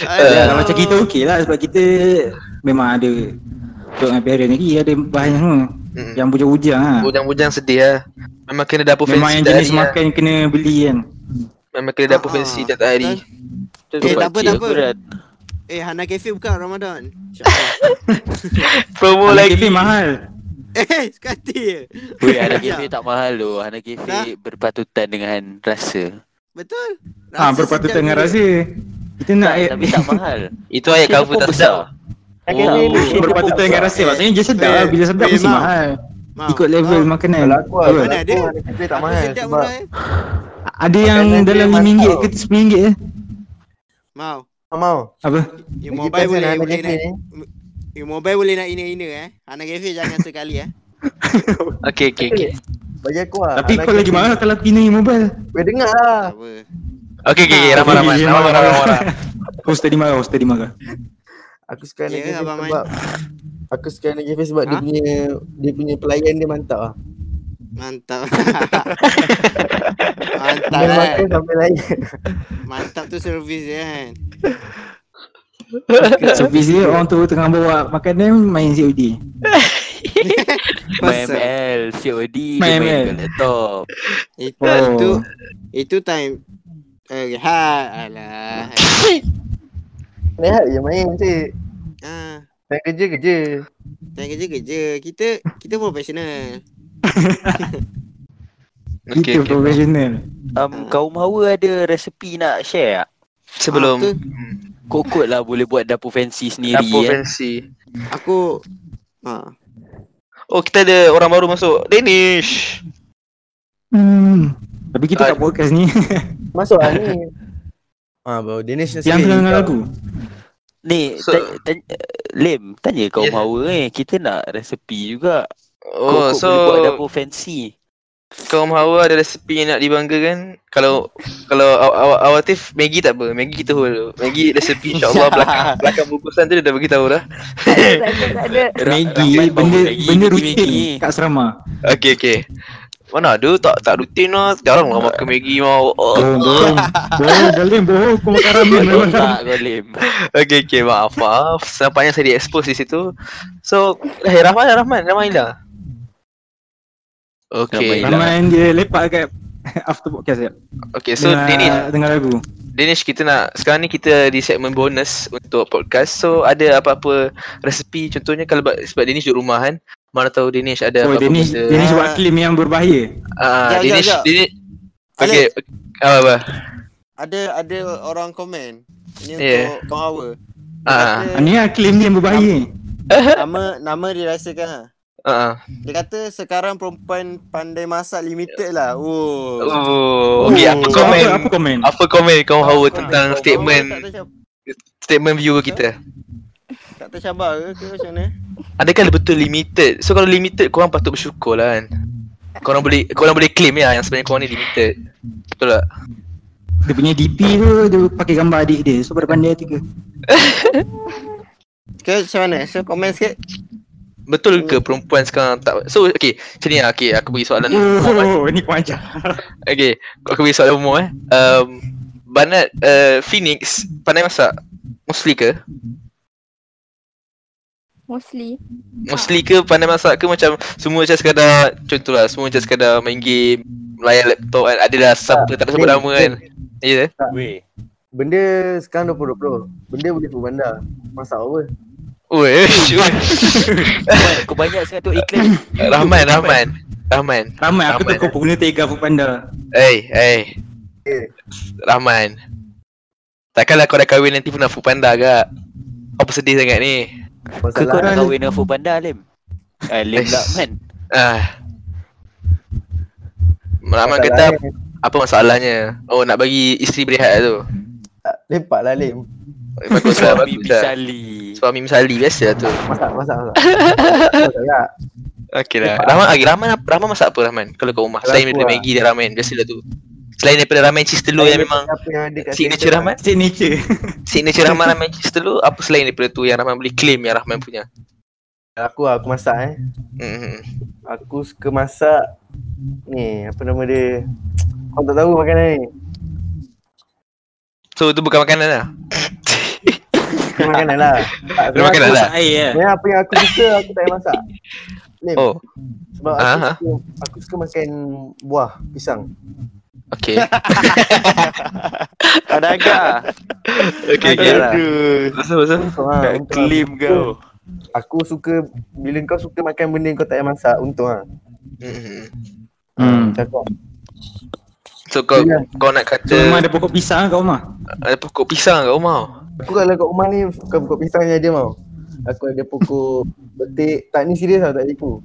Speaker 3: Yalah, Macam kita okey lah sebab kita Memang ada Untuk dengan parent lagi ada bahan semua
Speaker 1: Mm.
Speaker 3: Yang bujang-bujang lah
Speaker 1: Bujang-bujang sedih lah Memang kena dapur fancy
Speaker 3: Memang yang
Speaker 1: tiap
Speaker 3: jenis
Speaker 1: hari lah.
Speaker 3: makan kena beli kan
Speaker 1: Memang kena dapur
Speaker 4: Ah, ah.
Speaker 1: fancy tiap hari
Speaker 4: Eh, tak apa, tak apa.
Speaker 6: Berat.
Speaker 4: Eh, Hana Cafe bukan Ramadan. InsyaAllah.
Speaker 1: Promo
Speaker 3: Anak
Speaker 1: Oh, lagi
Speaker 3: kafe mahal
Speaker 4: eh, sekati je.
Speaker 6: Weh, Hana
Speaker 4: Sekejap.
Speaker 6: Cafe tak mahal tu. Hana Cafe berpatutan dengan rasa.
Speaker 4: Betul?
Speaker 3: Ha,
Speaker 4: Rasa
Speaker 3: berpatutan
Speaker 4: sedap
Speaker 3: dengan
Speaker 4: je.
Speaker 3: rasa. Kita nak eh,
Speaker 4: eh.
Speaker 6: Tak, tapi tak mahal.
Speaker 1: Itu ayat
Speaker 6: Dia
Speaker 1: cover
Speaker 6: pun
Speaker 1: tak
Speaker 6: besar.
Speaker 1: sedap
Speaker 6: Oh,
Speaker 3: Oh, berpatutan dengan rasa maksudnya dia sedap
Speaker 2: Eh,
Speaker 3: lah bila sedap mesti
Speaker 4: Memang.
Speaker 3: mahal.
Speaker 4: Mau.
Speaker 3: Ikut level
Speaker 4: Mau.
Speaker 3: makanan.
Speaker 2: Kalau aku
Speaker 3: Betul.
Speaker 2: lah
Speaker 4: Mana ada?
Speaker 2: Kalau aku Kedai tak
Speaker 4: Aku
Speaker 2: mahal
Speaker 4: sedap
Speaker 2: Sebab
Speaker 4: murah eh.
Speaker 3: Ada yang
Speaker 2: Makanan dia
Speaker 3: dalam
Speaker 2: mahal.
Speaker 3: RM5 ke RM10 eh.
Speaker 4: Mau.
Speaker 2: Tak mau
Speaker 3: Apa?
Speaker 4: Yang
Speaker 2: Kita
Speaker 4: mobile boleh
Speaker 2: sana ada
Speaker 4: boleh
Speaker 2: kedai
Speaker 4: nak.
Speaker 2: ni
Speaker 4: Yang mobile boleh nak ina-ina eh. Hana Cafe jangan sekali eh.
Speaker 1: Okay okay okay
Speaker 2: Bagi aku lah
Speaker 3: Tapi
Speaker 2: anak
Speaker 3: kau lagi
Speaker 2: kedai.
Speaker 3: mahal kalau kini mobile.
Speaker 2: Kau dengar lah
Speaker 4: Tak apa.
Speaker 1: Okay okay okay
Speaker 3: Ah,
Speaker 1: Ramai ramai
Speaker 3: okay,
Speaker 1: Ramai
Speaker 3: okay,
Speaker 1: ramai
Speaker 3: ramai.
Speaker 1: ramai
Speaker 3: Kau steady marah, kau steady marah.
Speaker 2: Aku suka anak
Speaker 4: Ya,
Speaker 2: yeah,
Speaker 4: Abang Man.
Speaker 2: sebab Aku suka anak Cafe sebab dia
Speaker 4: Ha?
Speaker 2: punya Dia punya pelayan dia mantap lah
Speaker 4: Mantap. Mantap
Speaker 2: Dia
Speaker 4: kan.
Speaker 2: makan sampai lain.
Speaker 4: Mantap tu servis dia kan.
Speaker 3: So busy orang tu tengah bawa makanan main COD.
Speaker 6: Main
Speaker 4: Pasal-
Speaker 6: ML, COD,
Speaker 3: Main
Speaker 6: main, main
Speaker 3: ML.
Speaker 6: kat laptop.
Speaker 4: Itu,
Speaker 3: Oh.
Speaker 4: itu, itu time. Eh, ha, alah.
Speaker 2: Rehat je main cik.
Speaker 4: Ah,
Speaker 2: Time kerja kerja.
Speaker 4: time kerja kerja. Kita, kita profesional.
Speaker 1: Okay,
Speaker 3: Kita
Speaker 1: okay.
Speaker 3: professional.
Speaker 6: Um, kaum hawa ada resepi nak share tak?
Speaker 1: Sebelum
Speaker 4: Aku-
Speaker 6: Kokot lah boleh buat dapur fancy sendiri
Speaker 1: dapur
Speaker 6: eh.
Speaker 1: fancy.
Speaker 4: Aku, ah,
Speaker 1: Oh, kita ada orang baru masuk. Danish.
Speaker 3: Hmm. Tapi kita kat podcast ni
Speaker 2: Masuk lah ni. Ah, baru Dinesh
Speaker 3: yang senang aku.
Speaker 6: Ni,
Speaker 1: So-
Speaker 6: tanya, tanya, Lim, tanya kaum
Speaker 1: Yeah.
Speaker 6: hawa eh. Kita nak resepi juga.
Speaker 1: Oh,
Speaker 6: Kokot
Speaker 1: so
Speaker 6: boleh buat dapur fancy.
Speaker 1: kaum hawa ada resipi yang nak dibanggakan. Kalau kalau aw- aw- awatif Maggi tak apa. Maggi kita hold. Maggi resipi insya-Allah belakang belakang bungkusan tu dia dah bagi tahu dah.
Speaker 5: Tak ada, tak ada, tak ada.
Speaker 3: Maggi,
Speaker 6: Rahmat
Speaker 3: benda
Speaker 6: tahu lagi,
Speaker 3: benda
Speaker 6: Maggi, Maggi.
Speaker 3: rutin kat asrama.
Speaker 1: Okey okey. Mana ada tak tak rutin lah. Sekarang lah makan Maggi mau. Oh.
Speaker 3: Bohong, bohong. Bohong, bohong, bohong. Kau makan ramen.
Speaker 6: Kau tak kau Lim.
Speaker 1: Okey okey maaf maaf. Nampaknya saya di-expose di situ. So, eh Rahman Rahman Rahman Ila. Okey.
Speaker 6: Rahman Ila.
Speaker 3: Ramen dia lepak kat after podcast ya.
Speaker 1: Okey so Danish
Speaker 3: dengar lagu.
Speaker 1: Danish kita nak sekarang ni kita di segmen bonus untuk podcast. So ada apa-apa resepi contohnya kalau buat- sebab Danish duduk rumah kan. Mana tahu Danish ada
Speaker 3: Oh,
Speaker 1: apa-apa
Speaker 3: Danish,
Speaker 1: Ya, benda.
Speaker 3: Danish buat claim yang berbahaya.
Speaker 1: Ah,
Speaker 4: Jap, jap,
Speaker 1: Danish
Speaker 4: jap.
Speaker 1: Danish Okey. Apa apa?
Speaker 4: ada ada orang komen ni
Speaker 1: Yeah.
Speaker 4: untuk kau hawa. Dia
Speaker 1: Ah.
Speaker 4: kata,
Speaker 3: Ini lah claim dia yang berbahaya.
Speaker 4: nama nama dia rasakan ha.
Speaker 1: Ha ah.
Speaker 4: Dia kata sekarang perempuan pandai masak limited lah. Oh.
Speaker 1: Oh, okey apa
Speaker 3: So,
Speaker 1: komen?
Speaker 3: Apa komen?
Speaker 1: Apa komen kau Hawa
Speaker 4: Kau-
Speaker 1: tentang
Speaker 4: kau- kau
Speaker 1: statement
Speaker 4: tak tercab-
Speaker 1: statement viewer kita?
Speaker 4: Tak tercabar ke ke macam mana?
Speaker 1: Adakah dia betul limited? So kalau limited korang patut bersyukur lah kan. Korang boleh korang boleh claim ya yang sebenarnya korang ni limited. Betul tak?
Speaker 3: Dia punya DP tu dia pakai gambar adik dia. So pada pandai tiga.
Speaker 4: Ke macam mana? So komen sikit.
Speaker 1: Betul ke perempuan sekarang tak So okay Macam ni lah okay, Aku bagi soalan
Speaker 3: Oh, ni kau ajar.
Speaker 1: Okay Aku bagi soalan umum eh um, Banat uh, Phoenix Pandai masak Mostly ke?
Speaker 5: Mostly.
Speaker 1: Mostly ke pandai masak ke macam Semua macam sekadar Contoh lah Semua macam sekadar main game Layan laptop kan Adalah siapa tak ada siapa
Speaker 2: Game,
Speaker 1: nama kan Ya yeah.
Speaker 6: Weh.
Speaker 2: Benda sekarang 2020. Benda boleh berbandar. Masak apa?
Speaker 1: Oi
Speaker 6: Kau banyak sangat tu iklan.
Speaker 1: Rahman Rahman Rahman
Speaker 3: Ramai aku
Speaker 1: Ramai.
Speaker 3: tu kau guna tega food panda.
Speaker 1: Hey Hey
Speaker 2: Eh.
Speaker 1: Rahman Takkanlah kau dah kahwin nanti pun nak food panda agak Apa sedih sangat ni
Speaker 6: Kau kau
Speaker 2: Masalah.
Speaker 6: nak kahwin dengan Food Panda Lim. Eh, Lim
Speaker 1: Eish.
Speaker 6: lah man.
Speaker 1: Ah. Rahman
Speaker 2: masalah
Speaker 1: kata
Speaker 2: lain.
Speaker 1: apa masalahnya? Oh nak bagi isteri berehat tu.
Speaker 2: Tak, Lepak lah Lim.
Speaker 1: Bagus lah,
Speaker 6: Suami
Speaker 1: bagus lah.
Speaker 6: Bisali.
Speaker 1: Suami misali biasa lah tu.
Speaker 2: Masak, masak, masak. Masalah.
Speaker 1: Okey lah. Rahman, okay, Rahman, apa- Rahman masak apa Rahman? Kalau kat rumah
Speaker 2: Kalau
Speaker 1: selain
Speaker 2: aku
Speaker 1: daripada
Speaker 2: lah.
Speaker 1: Maggi dan ramen biasa lah tu. Selain daripada ramen cheese telur yang memang
Speaker 2: apa yang ada kat
Speaker 1: signature Rahman,
Speaker 3: Signature.
Speaker 1: signature Rahman ramen cheese telur, apa selain daripada tu yang Rahman boleh claim yang Rahman punya?
Speaker 2: Aku lah, aku masak eh.
Speaker 1: Hmm.
Speaker 2: Aku suka masak ni apa nama dia? Kau tak tahu makanan ni.
Speaker 1: So tu bukan makanan lah.
Speaker 2: Suka makanan lah. Tak,
Speaker 1: Dia makanan lah.
Speaker 3: Air
Speaker 2: Sebenarnya apa yang aku suka aku tak payah masak. Lim,
Speaker 1: Oh, ah.
Speaker 2: sebab aku,
Speaker 1: aha.
Speaker 2: suka, aku suka makan buah pisang.
Speaker 1: okey.
Speaker 4: Ada agak.
Speaker 1: Okey okey.
Speaker 2: Ada lah.
Speaker 1: Masa masa.
Speaker 2: Untung lah, untung lah.
Speaker 6: Claim kau.
Speaker 2: Aku suka bila kau suka makan benda yang kau tak payah masak, untung lah.
Speaker 1: Hmm.
Speaker 3: Hmm.
Speaker 1: Oh.
Speaker 2: Macam kau.
Speaker 1: So kau
Speaker 2: Iya.
Speaker 1: kau nak
Speaker 3: So
Speaker 1: kata
Speaker 3: memang ada pokok pisang kat rumah.
Speaker 1: ada pokok pisang kat rumah.
Speaker 2: Aku kalau kat rumah ni bukan pokok pisang yang ada mau. Aku ada pokok betik. Tak ni serius tau tak tipu.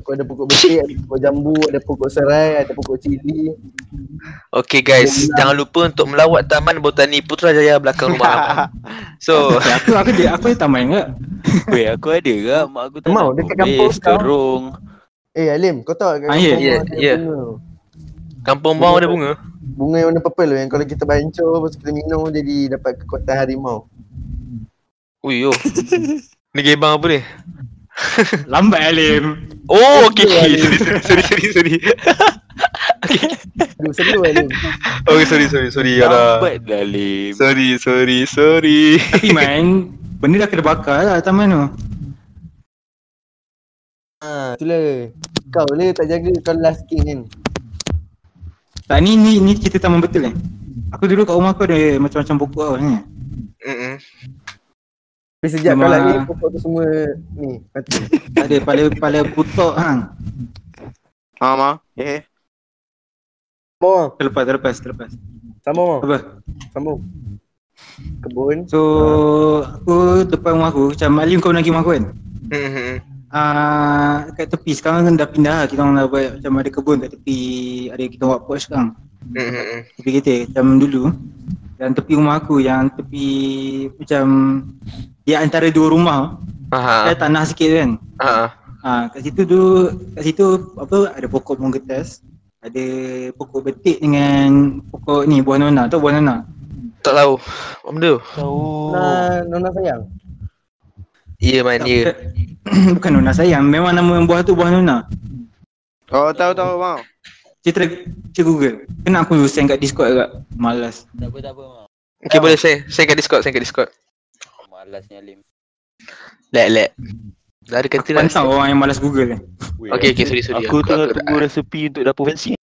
Speaker 2: Aku ada pokok betik, ada pokok jambu, ada pokok serai, ada pokok cili.
Speaker 1: Okay guys, jangan lupa untuk melawat Taman Botani Putrajaya belakang rumah Rahman. So,
Speaker 3: Okay, aku aku dia aku ada taman ke?
Speaker 6: Weh, aku ada ke? Mak aku tak
Speaker 2: Mau, dekat kampung kau.
Speaker 6: Terung.
Speaker 2: Eh Alim, kau tahu kat
Speaker 3: Ah, ya,
Speaker 2: kampung
Speaker 1: ya,
Speaker 2: ada
Speaker 1: ya.
Speaker 2: bunga.
Speaker 1: kampung bawah ada bunga.
Speaker 2: Bunga yang warna purple tu yang kalau kita bancuh lepas tu kita minum jadi dapat kekuatan harimau.
Speaker 1: Ui yo. Ni gebang apa ni?
Speaker 3: Lambat Alim.
Speaker 1: Oh, okay, okay. Sorry, sorry, sorry, sorry.
Speaker 2: Aduh, seru lah Lim.
Speaker 1: Okay, sorry, sorry, sorry. Alah.
Speaker 6: Lambat dah Lim.
Speaker 1: Sorry, sorry, sorry.
Speaker 3: Tapi man, benda dah kena bakar lah taman tu.
Speaker 2: Ha, itulah. Kau lah tak jaga kau last king kan.
Speaker 3: Tak ni ni ni cerita taman betul eh. Aku dulu kat rumah aku ada macam-macam pokok tau sebenarnya.
Speaker 1: Mm-mm.
Speaker 2: Tapi sejak kau
Speaker 3: Memang-
Speaker 2: lagi pokok tu semua ni. Mati.
Speaker 3: Tak Ada pala pala butok hang.
Speaker 4: Ha ma. Eh.
Speaker 2: Sambung bang.
Speaker 3: Terlepas terlepas terlepas.
Speaker 2: Sambung bang.
Speaker 3: Apa?
Speaker 2: Sambung. Kebun.
Speaker 3: So aku depan rumah aku macam Alim kau nak pergi rumah aku kan.
Speaker 1: Mm-mm.
Speaker 3: Ah uh, kat tepi sekarang kan dah pindah lah. kita orang dah buat macam ada kebun kat tepi ada kita buat pot sekarang.
Speaker 1: Mm-mm.
Speaker 3: tepi kereta macam dulu dan tepi rumah aku yang tepi macam dia antara dua rumah
Speaker 1: Aha.
Speaker 3: ada tanah sikit tu kan
Speaker 1: Aha.
Speaker 3: ha, kat situ tu kat situ apa ada pokok pohon kertas ada pokok betik dengan pokok ni buah nona tu buah nona
Speaker 1: Tak tahu. Apa benda? tu?
Speaker 3: Oh.
Speaker 6: Tahu.
Speaker 2: Nah, nona sayang.
Speaker 1: Ya, yeah, man, ya. Yeah.
Speaker 3: bukan nona sayang memang nama buah tu buah nona
Speaker 4: Oh tahu tahu mau.
Speaker 3: cerita cerita google kena aku send kat discord agak malas
Speaker 6: Tak apa tak apa mak.
Speaker 1: Okay, boleh saya. Saya kat Discord, saya kat Discord.
Speaker 6: Malasnya Lim.
Speaker 1: Lek, lek. Dah ada kata
Speaker 3: aku
Speaker 1: dah.
Speaker 3: pantau orang yang malas google ni
Speaker 1: Okay, okay, sorry, sorry.
Speaker 6: Aku,
Speaker 1: Aku-
Speaker 6: tengah
Speaker 1: aku-
Speaker 6: tunggu resepi untuk dapur fancy.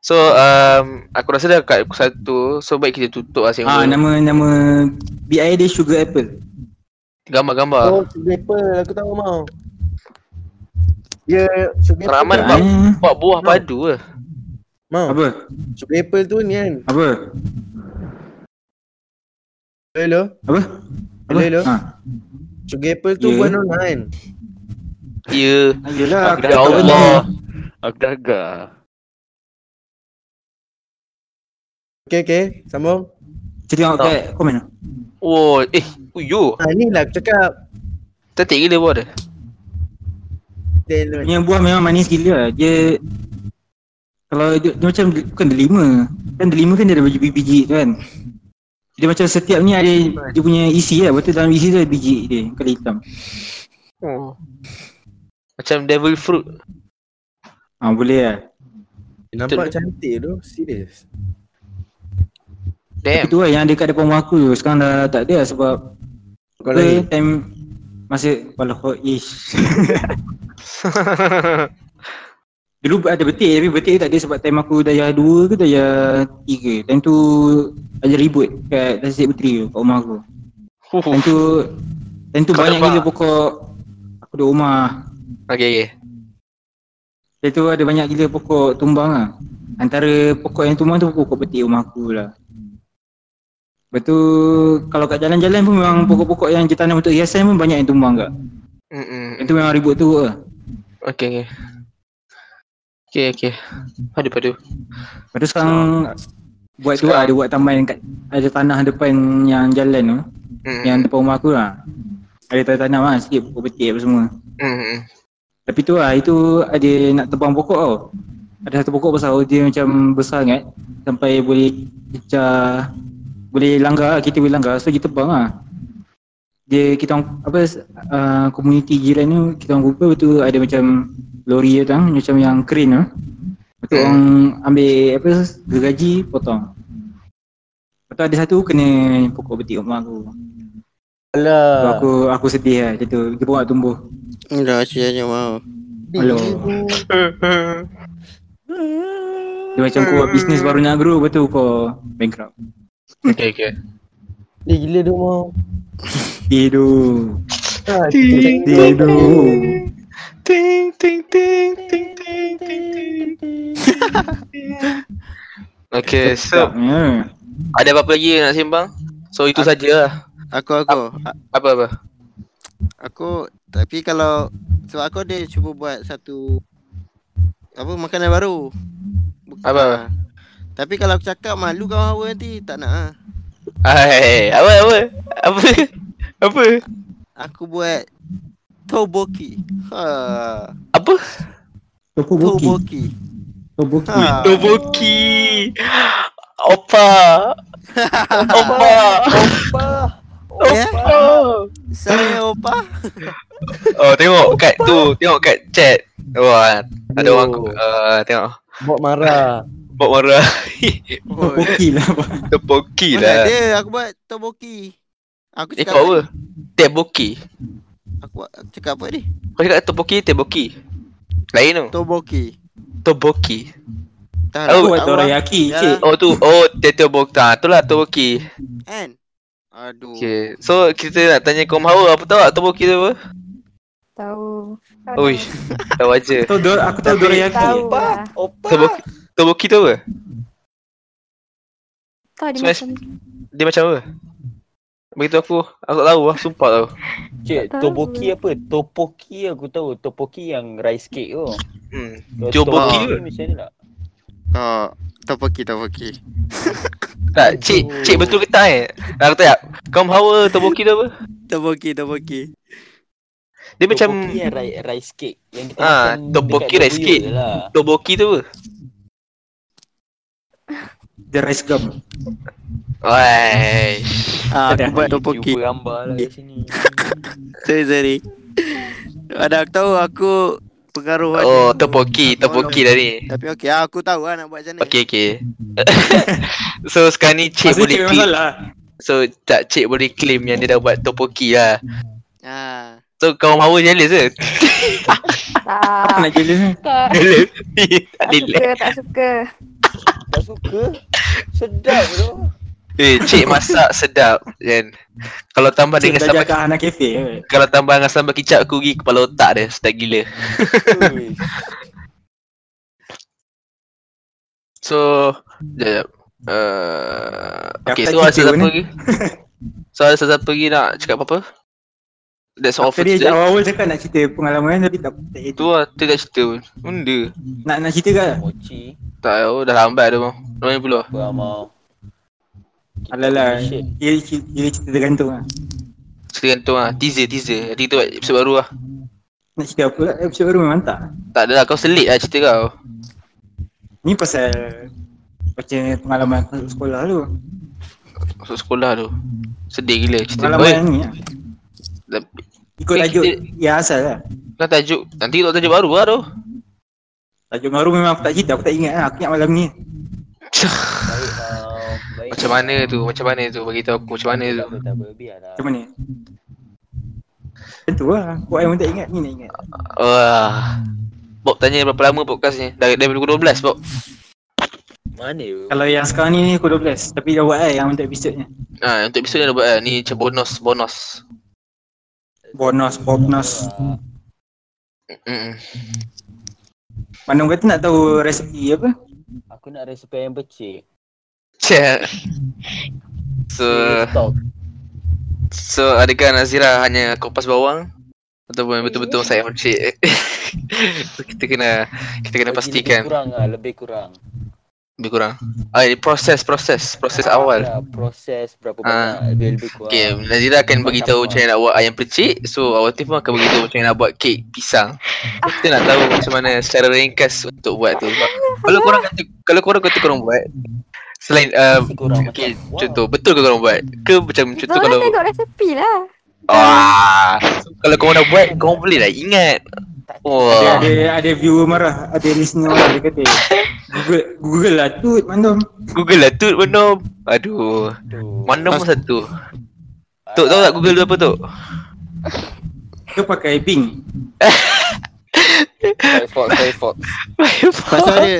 Speaker 1: So, um, aku rasa dah kat pukul satu. So, baik kita tutup lah
Speaker 3: ah
Speaker 1: sengok.
Speaker 3: nama nama BI dia sugar apple
Speaker 1: Gambar-gambar.
Speaker 3: Ah.
Speaker 2: Oh, Apple aku tahu mau. Ya, sugar
Speaker 1: Rahman,
Speaker 2: apple.
Speaker 1: Bang.
Speaker 3: ah,
Speaker 1: Buat buah padu lah.
Speaker 2: Mau.
Speaker 3: apa
Speaker 2: Sugar apple tu ni kan.
Speaker 3: apa
Speaker 2: Hello.
Speaker 3: apa
Speaker 2: Hello, hello.
Speaker 3: Ha.
Speaker 2: Sugar apple tu
Speaker 3: Ya.
Speaker 2: buah nona kan.
Speaker 1: Ya.
Speaker 3: Yelah,
Speaker 1: Ya Allah.
Speaker 6: Aku dah agak.
Speaker 2: Okey okey, sambung.
Speaker 3: Kita tengok kat komen lah.
Speaker 1: Oh, eh. Uyo.
Speaker 2: Ha ni lah aku cakap.
Speaker 1: Tetik gila buah dia.
Speaker 2: Then,
Speaker 3: Punya buah memang manis gila lah. Dia kalau dia, dia macam bukan delima. Kan delima kan dia ada biji-biji tu kan. Dia macam setiap ni ada dia punya isi lah. Betul dalam isi tu ada biji dia kalau hitam.
Speaker 1: Oh. Macam devil fruit.
Speaker 3: Ah boleh lah.
Speaker 2: nampak cantik tu, serius.
Speaker 1: Damn.
Speaker 3: Itu lah yang dekat depan rumah aku tu. Sekarang dah tak ada lah sebab ke
Speaker 2: Kau lagi.
Speaker 3: time masa walau ish. Dulu ada betik tapi betik tu tak ada sebab time aku daya 2 ke daya 3. Time tu ada ribut kat Nasib Puteri tu kat rumah aku. Time tu time tu
Speaker 1: Kau
Speaker 3: banyak
Speaker 1: nampak?
Speaker 3: gila pokok aku duduk rumah.
Speaker 1: okay, okay.
Speaker 3: Time tu ada banyak gila pokok tumbang lah. Antara pokok yang tumbang tu pokok betik rumah aku lah. Lepas tu kalau kat jalan-jalan pun memang pokok-pokok yang kita tanam untuk hiasan pun banyak yang tumbang kat.
Speaker 1: Mm-mm.
Speaker 3: Itu memang ribut teruk lah.
Speaker 1: Okay, okay. Okay, okay. Padu, padu.
Speaker 3: Lepas tu sekarang buat tu lah, ada buat taman kat ada tanah depan yang jalan tu.
Speaker 1: Mm-mm.
Speaker 3: Yang depan rumah aku lah. Ada tanam lah sikit pokok petik apa semua.
Speaker 1: Mm-mm.
Speaker 3: Tapi tu lah itu ada nak tebang pokok tau. Ada satu pokok besar dia macam besar sangat sampai boleh pecah boleh langgar lah, kita boleh langgar so kita tebang lah. Dia kita orang- apa uh, komuniti jiran tu kita orang jumpa betul ada macam lori datang macam yang crane tu.
Speaker 1: Hmm.
Speaker 3: Betul orang ambil apa gergaji potong. Lepas tu ada satu kena pokok betik rumah aku. So,
Speaker 2: Alah.
Speaker 3: Hmm. aku aku sedih lah macam tu. Dia pun nak tumbuh.
Speaker 4: Dah asyik aja mau.
Speaker 3: Hello. Dia macam kau buat bisnes baru nak grow Lepas tu kau bankrupt
Speaker 1: Okay, okay.
Speaker 2: Dia gila dia mau.
Speaker 3: Tidur
Speaker 2: Ha,
Speaker 1: Ting, ting,
Speaker 3: Tidur
Speaker 1: ting, ting, ting, ting, ting, ting, ting, ting. Okay, so
Speaker 3: Sedapnya
Speaker 1: ada apa-apa lagi nak sembang? So itu sajalah.
Speaker 4: Aku aku. A-
Speaker 1: Apa-apa?
Speaker 4: Aku tapi kalau sebab aku ada cuba buat satu apa makanan baru. Buk- Ah.
Speaker 1: Apa?
Speaker 4: Tapi kalau aku cakap malu kau hawa nanti tak nak ah.
Speaker 1: Hai, apa apa? Apa? Apa?
Speaker 4: Aku buat toboki. Ha.
Speaker 1: Apa?
Speaker 3: Topu boki
Speaker 4: Toboki.
Speaker 3: Topu boki
Speaker 4: Ha.
Speaker 1: Doboki. Opa. Opa.
Speaker 6: Opa.
Speaker 4: Ya?
Speaker 1: Oh.
Speaker 4: Saya opa.
Speaker 1: Oh tengok kat tu Tengok kat chat Wah Ada
Speaker 2: Oh.
Speaker 1: orang uh, Tengok
Speaker 2: Bok marah.
Speaker 1: Bob marah
Speaker 3: Poki lah
Speaker 1: Terpoki
Speaker 4: Mana
Speaker 1: lah
Speaker 4: ada aku buat toboki. Aku
Speaker 1: Eh
Speaker 4: cakap
Speaker 1: kau apa? Teboki
Speaker 4: Aku, buat- aku cakap apa ni?
Speaker 1: Kau cakap terpoki Teboki Lain tu
Speaker 4: Toboki.
Speaker 1: Teboki
Speaker 4: Tak
Speaker 1: Oh,
Speaker 3: Aku buat torayaki
Speaker 4: Ya.
Speaker 3: cik
Speaker 1: Oh tu Oh Tetebok Tak tu lah Teboki
Speaker 4: Kan? Aduh.
Speaker 1: Okay So kita nak tanya kaum hawa Apa tahu tak Teboki tu apa?
Speaker 5: Tahu.
Speaker 1: Ui Tahu aja
Speaker 3: Tahu do- Aku tahu dorayaki
Speaker 5: Tahu lah.
Speaker 1: Teboki Teboki tu apa?
Speaker 5: Tahu dia
Speaker 1: Smash.
Speaker 5: macam
Speaker 1: Dia macam apa? Begitu aku Aku tak tahu lah Sumpah tahu
Speaker 6: Cik,
Speaker 5: Tak tahu.
Speaker 6: toboki apa? Topoki aku tahu. Topoki yang rice cake tu.
Speaker 1: Hmm
Speaker 6: Kalau
Speaker 1: Toboki
Speaker 6: topoki
Speaker 1: ke?
Speaker 6: macam ni tak?
Speaker 4: Oh, toboki toboki.
Speaker 1: Tak, cik, cik betul ke tak eh? Nak kata tak? Kaum hawa Teboki tu apa?
Speaker 4: Toboki toboki.
Speaker 1: Dia macam
Speaker 6: Topoki yang ri- rice cake yang kita
Speaker 1: Ah,
Speaker 6: makan
Speaker 1: topoki
Speaker 6: dekat
Speaker 1: rice
Speaker 6: W
Speaker 1: cake.
Speaker 6: je Lah.
Speaker 1: Toboki tu apa?
Speaker 3: The rice gum
Speaker 1: Wai.
Speaker 4: Ah, aku
Speaker 3: Ada.
Speaker 4: buat toboki.
Speaker 6: Cuba gambar lah kat sini.
Speaker 4: Sorry sorry. Ada aku tahu aku pengaruh ada.
Speaker 1: Oh, topoki, topoki tadi.
Speaker 4: Tapi okey lah, aku tahu lah nak buat macam mana.
Speaker 1: Okey, okey. so sekarang ni cik
Speaker 3: Masa lah.
Speaker 1: boleh
Speaker 3: cik memang
Speaker 1: claim.
Speaker 3: salah
Speaker 1: So tak cik boleh claim yang dia dah buat topoki lah.
Speaker 4: Ah.
Speaker 1: So kaum hawa jealous ke?
Speaker 3: Apa
Speaker 5: tak.
Speaker 3: nak jealous ni?
Speaker 7: Tak.
Speaker 1: Jealous. tak
Speaker 5: Tak
Speaker 1: boleh.
Speaker 5: suka, tak suka.
Speaker 6: Tak suka? Sedap tu.
Speaker 1: Eh, cik masak sedap kan. Kalau tambah dengan
Speaker 3: Cik belajar
Speaker 1: sambal
Speaker 3: kat Hana Cafe ya. ke?
Speaker 1: kalau tambah dengan sambal kicap aku pergi kepala otak dia sedap gila.
Speaker 6: Ui.
Speaker 1: So Sekejap uh, Okay
Speaker 3: Daftar
Speaker 1: so ada
Speaker 3: kita
Speaker 1: sesiapa
Speaker 3: ni.
Speaker 1: lagi So ada sesiapa lagi nak cakap apa-apa That's all for
Speaker 3: Tadi
Speaker 1: today
Speaker 3: awal-awal cakap nak cerita pengalaman tapi tak tak
Speaker 1: Tu
Speaker 3: itu.
Speaker 1: lah tu tak cerita pun Benda
Speaker 3: Nak nak cerita ke?
Speaker 6: Mochi.
Speaker 1: Tak tahu dah lambat dah bang Nombor pula
Speaker 6: Apa mau? Kita
Speaker 3: Alalah.
Speaker 6: audition.
Speaker 3: Kira kira cerita tergantung lah.
Speaker 1: Cerita gantung lah Teaser teaser Nanti kita buat episode baru lah
Speaker 3: Nak cerita apa lah? Episode baru memang tak.
Speaker 1: Tak ada lah kau selit lah cerita kau
Speaker 3: Ni pasal macam pengalaman aku masuk sekolah tu.
Speaker 1: Masuk sekolah tu Sedih gila cerita
Speaker 3: Pengalaman
Speaker 1: Oi,
Speaker 3: ni lah.
Speaker 1: tapi-
Speaker 3: Ikut
Speaker 1: Tapi
Speaker 3: tajuk
Speaker 1: kita-
Speaker 3: yang asal lah.
Speaker 1: Kan tajuk Nanti kita buat tajuk baru lah tu
Speaker 3: Tajuk baru memang aku tak cerita, aku tak ingat lah. Aku ingat malam ni.
Speaker 6: Baik mau. Baik.
Speaker 1: Macam mana tu Macam mana tu Bagi tahu aku macam mana
Speaker 6: Tak
Speaker 1: tu
Speaker 6: apa, tak apa. lah. Biarlah.
Speaker 3: Macam mana? Macam tu lah. Aku yang pun tak ingat, ni nak ingat.
Speaker 1: Wah Bob tanya berapa lama podcast ni Dari, dari pukul 12 Bob
Speaker 6: Mana tu?
Speaker 3: Kalau yang sekarang ni, aku 12. Tapi dah buat lah yang untuk episodenya.
Speaker 1: Ha, untuk episod ni dah buat lah. Ni macam bonus, bonus.
Speaker 3: Bonus, bonus.
Speaker 1: Mm-mm.
Speaker 3: Mana orang kata nak tahu resepi apa?
Speaker 6: Aku nak resipi yang pecik.
Speaker 1: Cek. So,
Speaker 6: Stop.
Speaker 1: so adakah Nazira hanya kupas bawang? Ataupun betul-betul saya mencik? so, kita kena, kita kena pastikan.
Speaker 6: Lebih kurang lah, lebih kurang.
Speaker 1: Lebih kurang. Ah, ini proses, proses. Proses awal.
Speaker 6: Ya, proses berapa
Speaker 1: Ah.
Speaker 6: banyak lebih lebih kurang.
Speaker 1: Okay, Nazira akan beritahu macam mana nak buat ayam percik. So, awal tu pun akan beritahu macam mana nak buat kek pisang. Kita nak tahu macam mana secara ringkas untuk buat tu. Sebab Kalau korang kata, kalau korang kata korang buat, selain uh,
Speaker 6: Masih kurang
Speaker 1: Okay,
Speaker 6: macam, wow.
Speaker 1: contoh betul ke korang buat? Ke macam
Speaker 5: Kita
Speaker 1: contoh
Speaker 5: orang
Speaker 1: kalau
Speaker 5: tengok resepi lah.
Speaker 1: ah kalau kau nak buat kau boleh lah ingat.
Speaker 3: Ada,
Speaker 1: Wah.
Speaker 3: ada, ada viewer marah, ada listener marah dia kata Google, Google lah tut mandom
Speaker 1: Google lah tu Manom. Aduh.
Speaker 6: Tu.
Speaker 1: Manom pun
Speaker 3: Mas-
Speaker 1: satu. Tok tahu tak Google tu apa tu?
Speaker 3: Dia pakai ping
Speaker 6: Firefox, Firefox.
Speaker 4: Pasal ada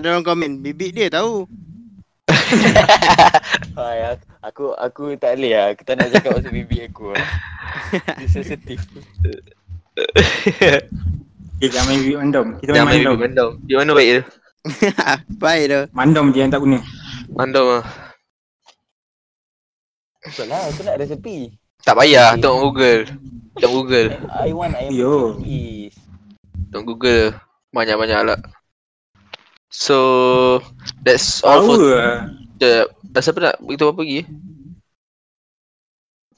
Speaker 4: ada orang komen bibik dia tahu.
Speaker 6: Hai, aku- aku aku tak boleh lah. Aku tak nak cakap pasal bibi aku. lah. Dia sensitif.
Speaker 3: Okay, jangan main view mandom Kita main
Speaker 1: Yang main
Speaker 3: mandom
Speaker 1: Bibi Manom. Di mana baik tu?
Speaker 4: Baik tu.
Speaker 3: Mandom je yang tak guna
Speaker 1: Manom ah.
Speaker 6: Betul lah, aku nak resepi.
Speaker 1: Tak payah tengok Google. Tengok Google.
Speaker 6: I want ayam
Speaker 3: Yo.
Speaker 6: pecik.
Speaker 1: Tengok Google. Banyak-banyak lah. So that's all
Speaker 3: Power
Speaker 1: for
Speaker 3: lah
Speaker 1: Sekejap. Dah siapa nak beritahu apa lagi?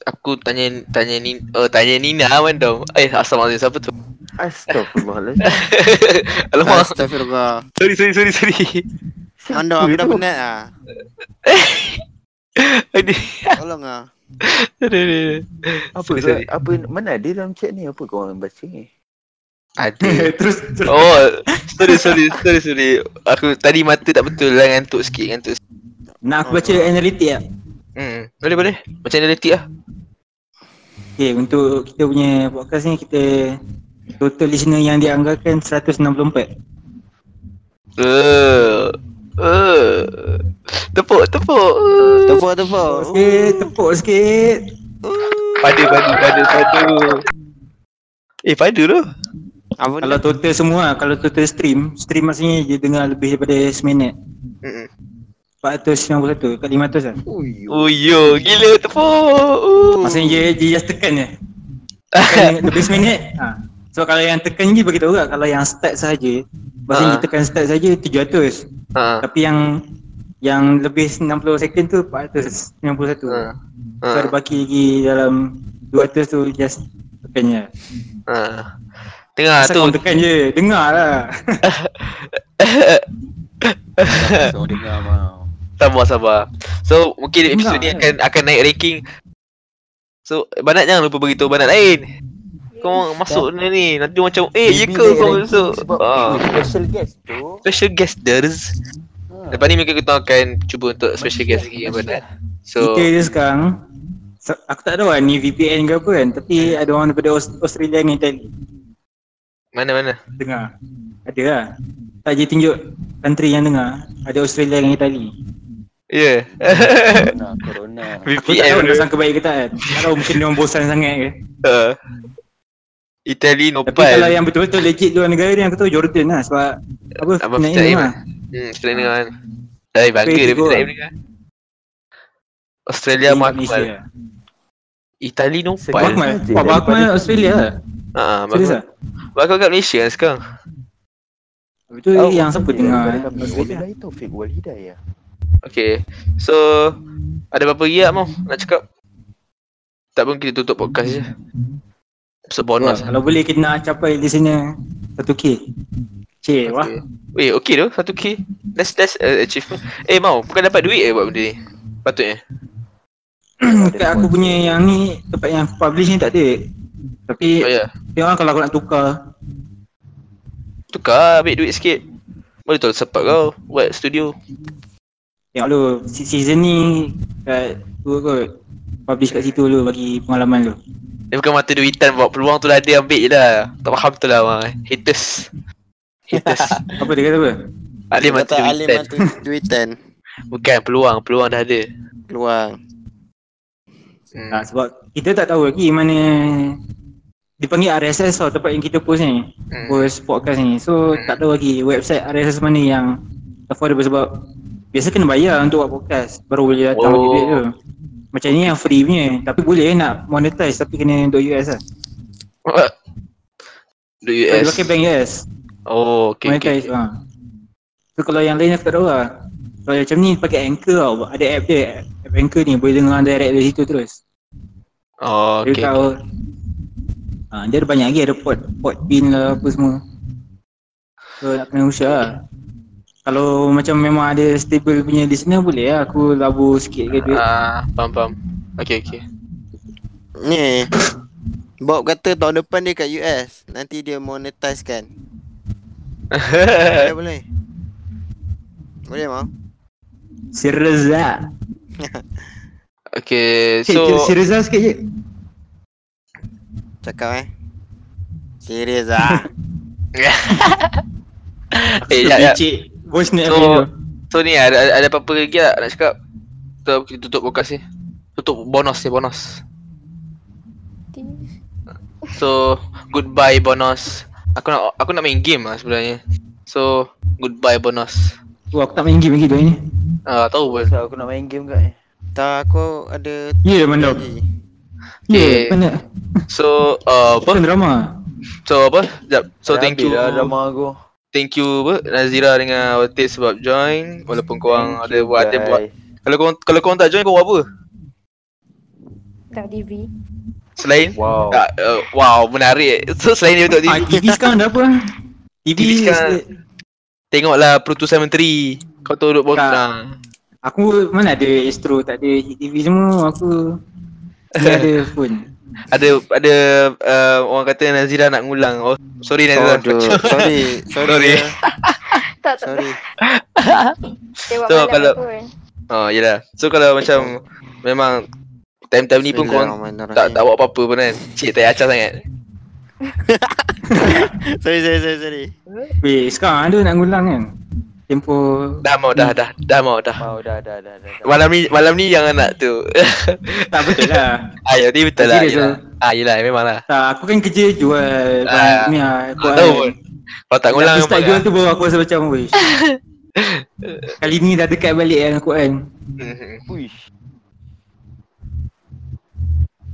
Speaker 1: Aku tanya tanya ni oh tanya Nina mandom. Eh assalamualaikum siapa tu?
Speaker 6: Astagfirullahaladzim.
Speaker 1: Alamak.
Speaker 4: Astagfirullah.
Speaker 1: Ah, Sorry sorry sorry sorry.
Speaker 4: Anda aku dah penat ah.
Speaker 1: Aduh.
Speaker 4: Tolong ah.
Speaker 6: Apa
Speaker 1: Sorry,
Speaker 6: kau,
Speaker 1: sorry.
Speaker 6: apa mana ada dalam chat ni apa kau orang baca ni?
Speaker 1: Ada.
Speaker 3: terus terus.
Speaker 1: Oh, sorry sorry sorry sorry. Aku tadi mata tak betul lah ngantuk sikit ngantuk. sikit.
Speaker 3: Nak aku baca analitik tak?
Speaker 1: Hmm, boleh boleh. Macam analitik lah.
Speaker 3: Okay, untuk kita punya podcast ni kita total listener yang dianggarkan 164.
Speaker 1: Eh. Eh. Tepuk tepuk. Eh.
Speaker 4: Tepuk tepuk.
Speaker 3: Tepuk sikit, tepuk sikit.
Speaker 1: Padu padu padu padu. Eh padu tu.
Speaker 4: Apa ni?
Speaker 3: Kalau total semua, kalau total stream, stream maksudnya dia dengar lebih daripada seminit.
Speaker 1: Mm-mm.
Speaker 3: 491 kat 500 lah.
Speaker 1: Oh yo, gila tepuk. Uh.
Speaker 3: Maksudnya dia, dia just tekan je. Tekan lebih seminit. Ha. So kalau yang tekan je bagi tahu lah, kalau yang start saja, maksudnya
Speaker 1: Ha.
Speaker 3: kita tekan start saja 700.
Speaker 1: Ha.
Speaker 3: Tapi yang yang lebih 60 second tu 491.
Speaker 1: Ha.
Speaker 3: So ada baki lagi dalam 200 tu just tekan je.
Speaker 1: Ha. Tengah
Speaker 3: Asal kau
Speaker 1: tu.
Speaker 3: tekan je, dengar lah.
Speaker 6: Kau dengar mau.
Speaker 1: Sabar sabar. So mungkin episod ni
Speaker 3: Enggak,
Speaker 1: akan akan naik ranking. So Banat jangan lupa beritahu Banat lain. Kau masuk ni ni nanti macam eh ya ke kau masuk. Ah.
Speaker 6: Special guest tu.
Speaker 1: Special guesters.
Speaker 3: Ah.
Speaker 1: Lepas ni mungkin kita akan cuba untuk special guest lagi yang Banat. So
Speaker 3: lah. Kita je sekarang, se- aku tak tahu lah ni VPN ke apa kan, tapi ada orang daripada Aus- Australia ni tadi
Speaker 1: mana mana.
Speaker 3: dengar. Ada lah. Tak je tunjuk country yang dengar. Ada Australia dengan Itali.
Speaker 1: Ya.
Speaker 6: Corona, corona.
Speaker 3: Aku tak tahu
Speaker 1: VPN.
Speaker 3: nak sangka baik ke tak kan. Tak tahu mungkin dia bosan sangat ke.
Speaker 1: Uh, Itali
Speaker 3: Tapi
Speaker 1: Nopal.
Speaker 3: kalau yang betul-betul legit luar negara ni aku tahu Jordan lah sebab apa,
Speaker 1: Abang
Speaker 3: Abang
Speaker 1: Fitnah
Speaker 3: Fitnaim
Speaker 1: Im
Speaker 3: lah.
Speaker 1: Hmm, kita dengar kan. Eh, bangga
Speaker 3: Tapi
Speaker 1: dia kita
Speaker 3: go lah.
Speaker 1: dengar. Australia
Speaker 3: Malaysia.
Speaker 1: Makmal. Itali Nopal.
Speaker 3: Bakmal.
Speaker 6: Saja
Speaker 3: Wah, Bakmal
Speaker 6: daripada-
Speaker 3: Australia lah.
Speaker 1: Ha,
Speaker 3: Serius lah.
Speaker 1: Bakmal. Bakmal kat Malaysia kan sekarang.
Speaker 3: Lepas tu Eh,
Speaker 6: Oh,
Speaker 3: yang siapa
Speaker 6: dia
Speaker 3: dengar
Speaker 6: daripada kami.
Speaker 3: Australia.
Speaker 6: Wabillahi Taufik wal
Speaker 3: ya?
Speaker 6: hidayah.
Speaker 1: Okay. So, ada apa-apa lagi tak mau nak cakap? Tak pun kita tutup podcast je. Episode
Speaker 3: Wah,
Speaker 1: bonus.
Speaker 3: Kalau boleh kita nak capai di sana 1k. Cik, wah.
Speaker 1: Okay. Weh, okay tu. 1K. That's, that's uh, achievement. Eh, mau. Bukan dapat duit eh buat benda ni. Patutnya.
Speaker 3: Dekat aku punya yang ni tempat yang aku publish ni tak ada. Tapi
Speaker 1: Oh, ya.
Speaker 3: tengok lah kalau aku nak tukar
Speaker 1: Tukar. lah Ambil duit sikit. Boleh tahu sepak kau. Buat studio.
Speaker 3: Tengok dulu se- season ni kat tu kot Publish kat situ dulu bagi pengalaman dulu
Speaker 1: Dia bukan mata duitan buat peluang tu lah dia ambil je lah. Tak faham tu lah Mak. Haters. Haters.
Speaker 3: Apa dia kata apa?
Speaker 1: Alim mata
Speaker 4: Kata Alim
Speaker 1: duitan.
Speaker 4: mata duitan.
Speaker 1: Bukan peluang. Peluang dah ada.
Speaker 4: Keluar.
Speaker 1: Hmm.
Speaker 3: Tak, Ah, sebab kita tak tahu lagi mana Dipanggil RSS tau tempat yang kita post ni
Speaker 1: Hmm.
Speaker 3: Post podcast ni So tak tahu lagi website RSS mana yang Affordable sebab Biasa kena bayar untuk buat podcast Baru boleh datang
Speaker 1: Oh.
Speaker 3: oh. duit tu Macam ni yang free punya Tapi boleh nak monetize tapi kena US lah
Speaker 1: Do
Speaker 3: Yes.
Speaker 1: US.
Speaker 3: Dia pakai bank US
Speaker 1: Oh, okay. okay.
Speaker 3: monetize ha. So kalau yang lain aku tak tahu lah Kalau macam ni pakai Anchor tau Ada app dia App Anchor ni boleh dengar direct dari situ terus
Speaker 1: Oh,
Speaker 3: okay. Dia
Speaker 1: okay.
Speaker 3: tahu ha, Dia ada banyak lagi ada pod Pod pin lah apa semua So nak kena usaha lah Kalau macam memang ada stable punya listener boleh lah Aku labur sikit ke duit
Speaker 1: Ah, faham, faham. Okay, okay.
Speaker 4: Ni. Bob kata tahun depan dia kat US. Nanti dia monetize kan. Boleh boleh. Eh, Boleh mau?
Speaker 3: Serius lah
Speaker 1: okay,
Speaker 3: so,
Speaker 1: so
Speaker 3: Serius lah sikit je
Speaker 4: Cakap eh. Serius ah.
Speaker 1: eh, jap, jap.
Speaker 3: Licik Voice ni
Speaker 1: So-
Speaker 3: aku tu
Speaker 1: So ni ada ada apa-apa lagi tak nak cakap? So, kita tutup podcast ni. Tutup bonus ni, bonus. So, goodbye bonus. Aku nak aku nak main game lah sebenarnya. So, goodbye bonus.
Speaker 3: Wah, Oh, aku tak main game lagi tu ni
Speaker 1: Ah, tahu pun.
Speaker 6: Pasal aku nak main game kat eh.
Speaker 4: tak aku ada
Speaker 3: Ya yeah, mandau
Speaker 4: lagi.
Speaker 3: Ya yeah,
Speaker 1: Okay.
Speaker 3: mana
Speaker 1: So, uh, apa?
Speaker 3: Bukan drama
Speaker 1: So apa? Sekejap. So
Speaker 6: Dah
Speaker 1: Oh, thank
Speaker 6: habis lah,
Speaker 1: you.
Speaker 6: Dah drama aku.
Speaker 1: Thank you apa Nazira dengan Otis sebab join walaupun korang
Speaker 6: Thank
Speaker 1: ada
Speaker 6: you,
Speaker 1: buat ada buat.
Speaker 6: guys.
Speaker 1: Kalau korang kalau korang tak join korang buat apa?
Speaker 5: Kat TV.
Speaker 1: Selain
Speaker 6: Wow.
Speaker 1: tak uh, wow menarik. So selain daripada
Speaker 3: Ah,
Speaker 1: tengok TV,
Speaker 3: TV sekarang dah apa? TV,
Speaker 1: TV sekarang.
Speaker 3: sekarang.
Speaker 1: tengoklah Perutusan Menteri. Kau tahu duk buat
Speaker 3: Tak.
Speaker 1: nah.
Speaker 3: Aku mana ada Astro, tak ada TV semua. Aku Dia ada phone.
Speaker 1: Ada ada uh, orang kata Nazira nak ngulang. Oh, sorry
Speaker 4: Oh,
Speaker 1: Nazira.
Speaker 4: aduh. Sorry. Sorry.
Speaker 1: Sorry.
Speaker 4: ya.
Speaker 7: Tak, tak, tak.
Speaker 4: Sorry.
Speaker 7: Dia buat
Speaker 1: So,
Speaker 7: malam
Speaker 1: kalau-
Speaker 7: pun.
Speaker 1: Oh, yelah. So kalau macam memang time-time ni pun korang tak tak buat apa-apa pun kan. Cik tak payah acah sangat.
Speaker 4: Sorry, sorry, sorry, sorry.
Speaker 3: Weh, sekarang ada nak ngulang kan? Tempoh
Speaker 1: Dah mau dah dah dah mau dah.
Speaker 6: Mau dah dah dah dah. dah.
Speaker 1: Malam ni malam ni jangan nak tu.
Speaker 3: tak betul lah.
Speaker 1: Ayo ni betul lah.
Speaker 3: Serius eh?
Speaker 1: yelah. Ah yelah memang lah.
Speaker 3: Tak, aku kan kerja jual
Speaker 1: Ah,
Speaker 3: barang ni lah.
Speaker 1: Aku tahu pun. Kalau tak ngulang lah.
Speaker 3: aku start jual
Speaker 1: memang.
Speaker 3: tu baru aku rasa macam weh. Kali ni dah dekat balik kan aku kan.
Speaker 1: Mhm.
Speaker 6: Uish.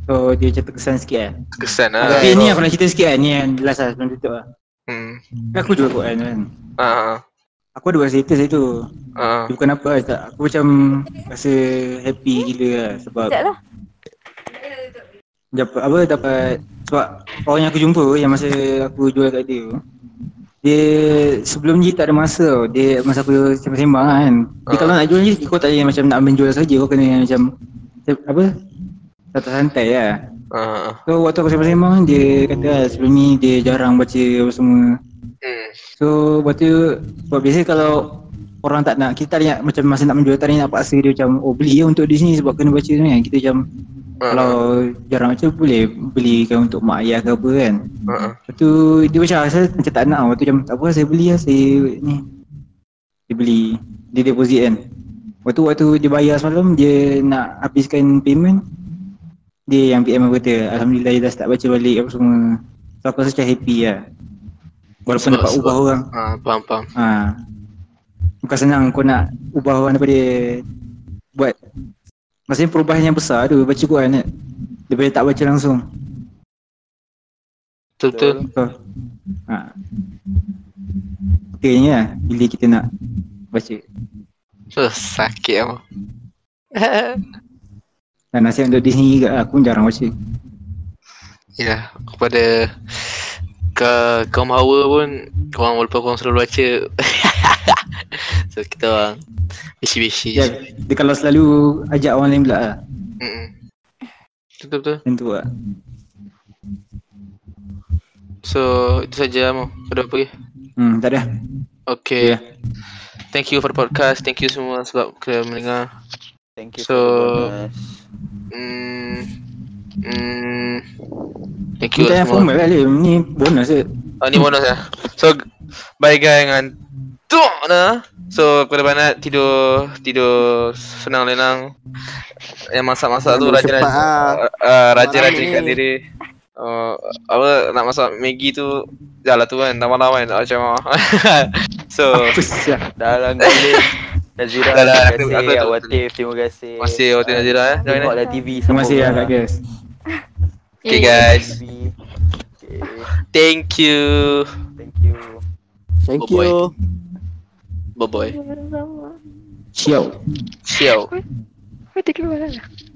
Speaker 3: So dia macam terkesan sikit kan.
Speaker 1: Kesan lah.
Speaker 3: Tapi ni aku nak cerita sikit kan. Ni yang last lah sebelum tutup lah.
Speaker 1: Hmm.
Speaker 3: Kan Aku jual Quran kan.
Speaker 1: Ah.
Speaker 3: Aku ada bahasa cerita saya tu.
Speaker 1: Ah.
Speaker 3: Dia bukan apa lah. Tak. Aku macam rasa happy gila lah sebab
Speaker 5: Sekejap lah.
Speaker 3: dapat apa dapat sebab orang yang aku jumpa yang masa aku jual kat dia tu, dia sebelum ni tak ada masa tau. Dia masa aku sembang-sembang lah kan. Dia
Speaker 1: Ah.
Speaker 3: kalau nak jual je kau tak boleh macam nak menjual saja kau kena yang macam apa Tata santai lah.
Speaker 1: Ah.
Speaker 3: So waktu aku sembang-sembang dia kata lah, sebelum ni dia jarang baca apa semua.
Speaker 1: Hmm.
Speaker 3: So lepas tu sebab biasa kalau orang tak nak kita tak nak macam masa nak menjual tak nak paksa dia macam oh beli ya untuk di sini sebab kena baca ni kan. Kita macam
Speaker 1: Ah.
Speaker 3: kalau jarang baca boleh belikan untuk mak ayah ke apa kan.
Speaker 1: Ah.
Speaker 3: Lepas tu dia macam rasa macam tak nak Lepas tu macam tak apa saya beli lah saya ni Dia beli Dia deposit kan Lepas tu waktu dia bayar semalam dia nak habiskan payment Dia yang PM aku kata Alhamdulillah dia dah start baca balik apa semua So aku rasa macam happy lah Walaupun
Speaker 1: Sebab-
Speaker 3: dapat
Speaker 1: sebab-
Speaker 3: ubah orang
Speaker 1: Ah, faham faham.
Speaker 3: ha. Bukan senang kau nak ubah orang daripada Buat Maksudnya perubahan yang besar tu baca Quran kan Daripada tak baca langsung
Speaker 1: Betul betul.
Speaker 3: Betul. Ha. Kiranya lah bila kita nak baca.
Speaker 1: So, sakit ah.
Speaker 3: Dan nasihat untuk diri sendiri juga lah. Aku pun jarang baca.
Speaker 1: Yalah, Ya, kepada ke kaum hawa pun korang walaupun korang selalu baca so kita orang bisi-bisi
Speaker 3: Ya,
Speaker 1: je.
Speaker 3: dia kalau selalu ajak orang lain pula lah.
Speaker 1: Mm-mm. Hmm. Betul betul.
Speaker 3: Tentu lah.
Speaker 1: So itu saja lah, mau pada apa lagi?
Speaker 3: Hmm, tak ada.
Speaker 1: Okay.
Speaker 3: Ya.
Speaker 1: Thank you for the podcast. Thank you semua sebab kalian mendengar.
Speaker 6: Thank you.
Speaker 1: So,
Speaker 6: for the bonus.
Speaker 1: Mm, mm, thank
Speaker 3: Kita
Speaker 1: you
Speaker 3: yang
Speaker 1: semua.
Speaker 3: formal lah Lim. Ni bonus je.
Speaker 1: Oh ni bonus lah. So bye guys dengan tuk na. So pada banat tidur tidur senang lenang. Yang masak-masak tu
Speaker 4: Tidur
Speaker 1: rajin
Speaker 4: cepat
Speaker 1: rajin
Speaker 4: ah.
Speaker 1: uh, rajin rajin
Speaker 4: Malam
Speaker 1: kat
Speaker 4: ni.
Speaker 1: diri. Uh, apa nak masak Maggi tu dah lah tu kan lama-lama kan tak macam ah. so
Speaker 3: Apa siap.
Speaker 6: Dalam guling. Nazira,
Speaker 1: Dah lah, aku-
Speaker 6: terima kasih.
Speaker 1: aku tak-
Speaker 6: Awatif, terima kasih.
Speaker 1: terima kasih Hotel Nazira eh. Join eh.
Speaker 6: Tengok lah TV.
Speaker 3: Terima kasih lah Kak
Speaker 6: Kak.
Speaker 3: Gas.
Speaker 1: Okay
Speaker 7: Eh,
Speaker 1: guys.
Speaker 6: Okay.
Speaker 1: Thank you.
Speaker 6: Thank you.
Speaker 4: Thank
Speaker 1: Bye-bye.
Speaker 4: you.
Speaker 1: Bye bye.
Speaker 5: Sama-sama.
Speaker 3: Ciao.
Speaker 1: Ciao.
Speaker 7: Kau terkeluar lah.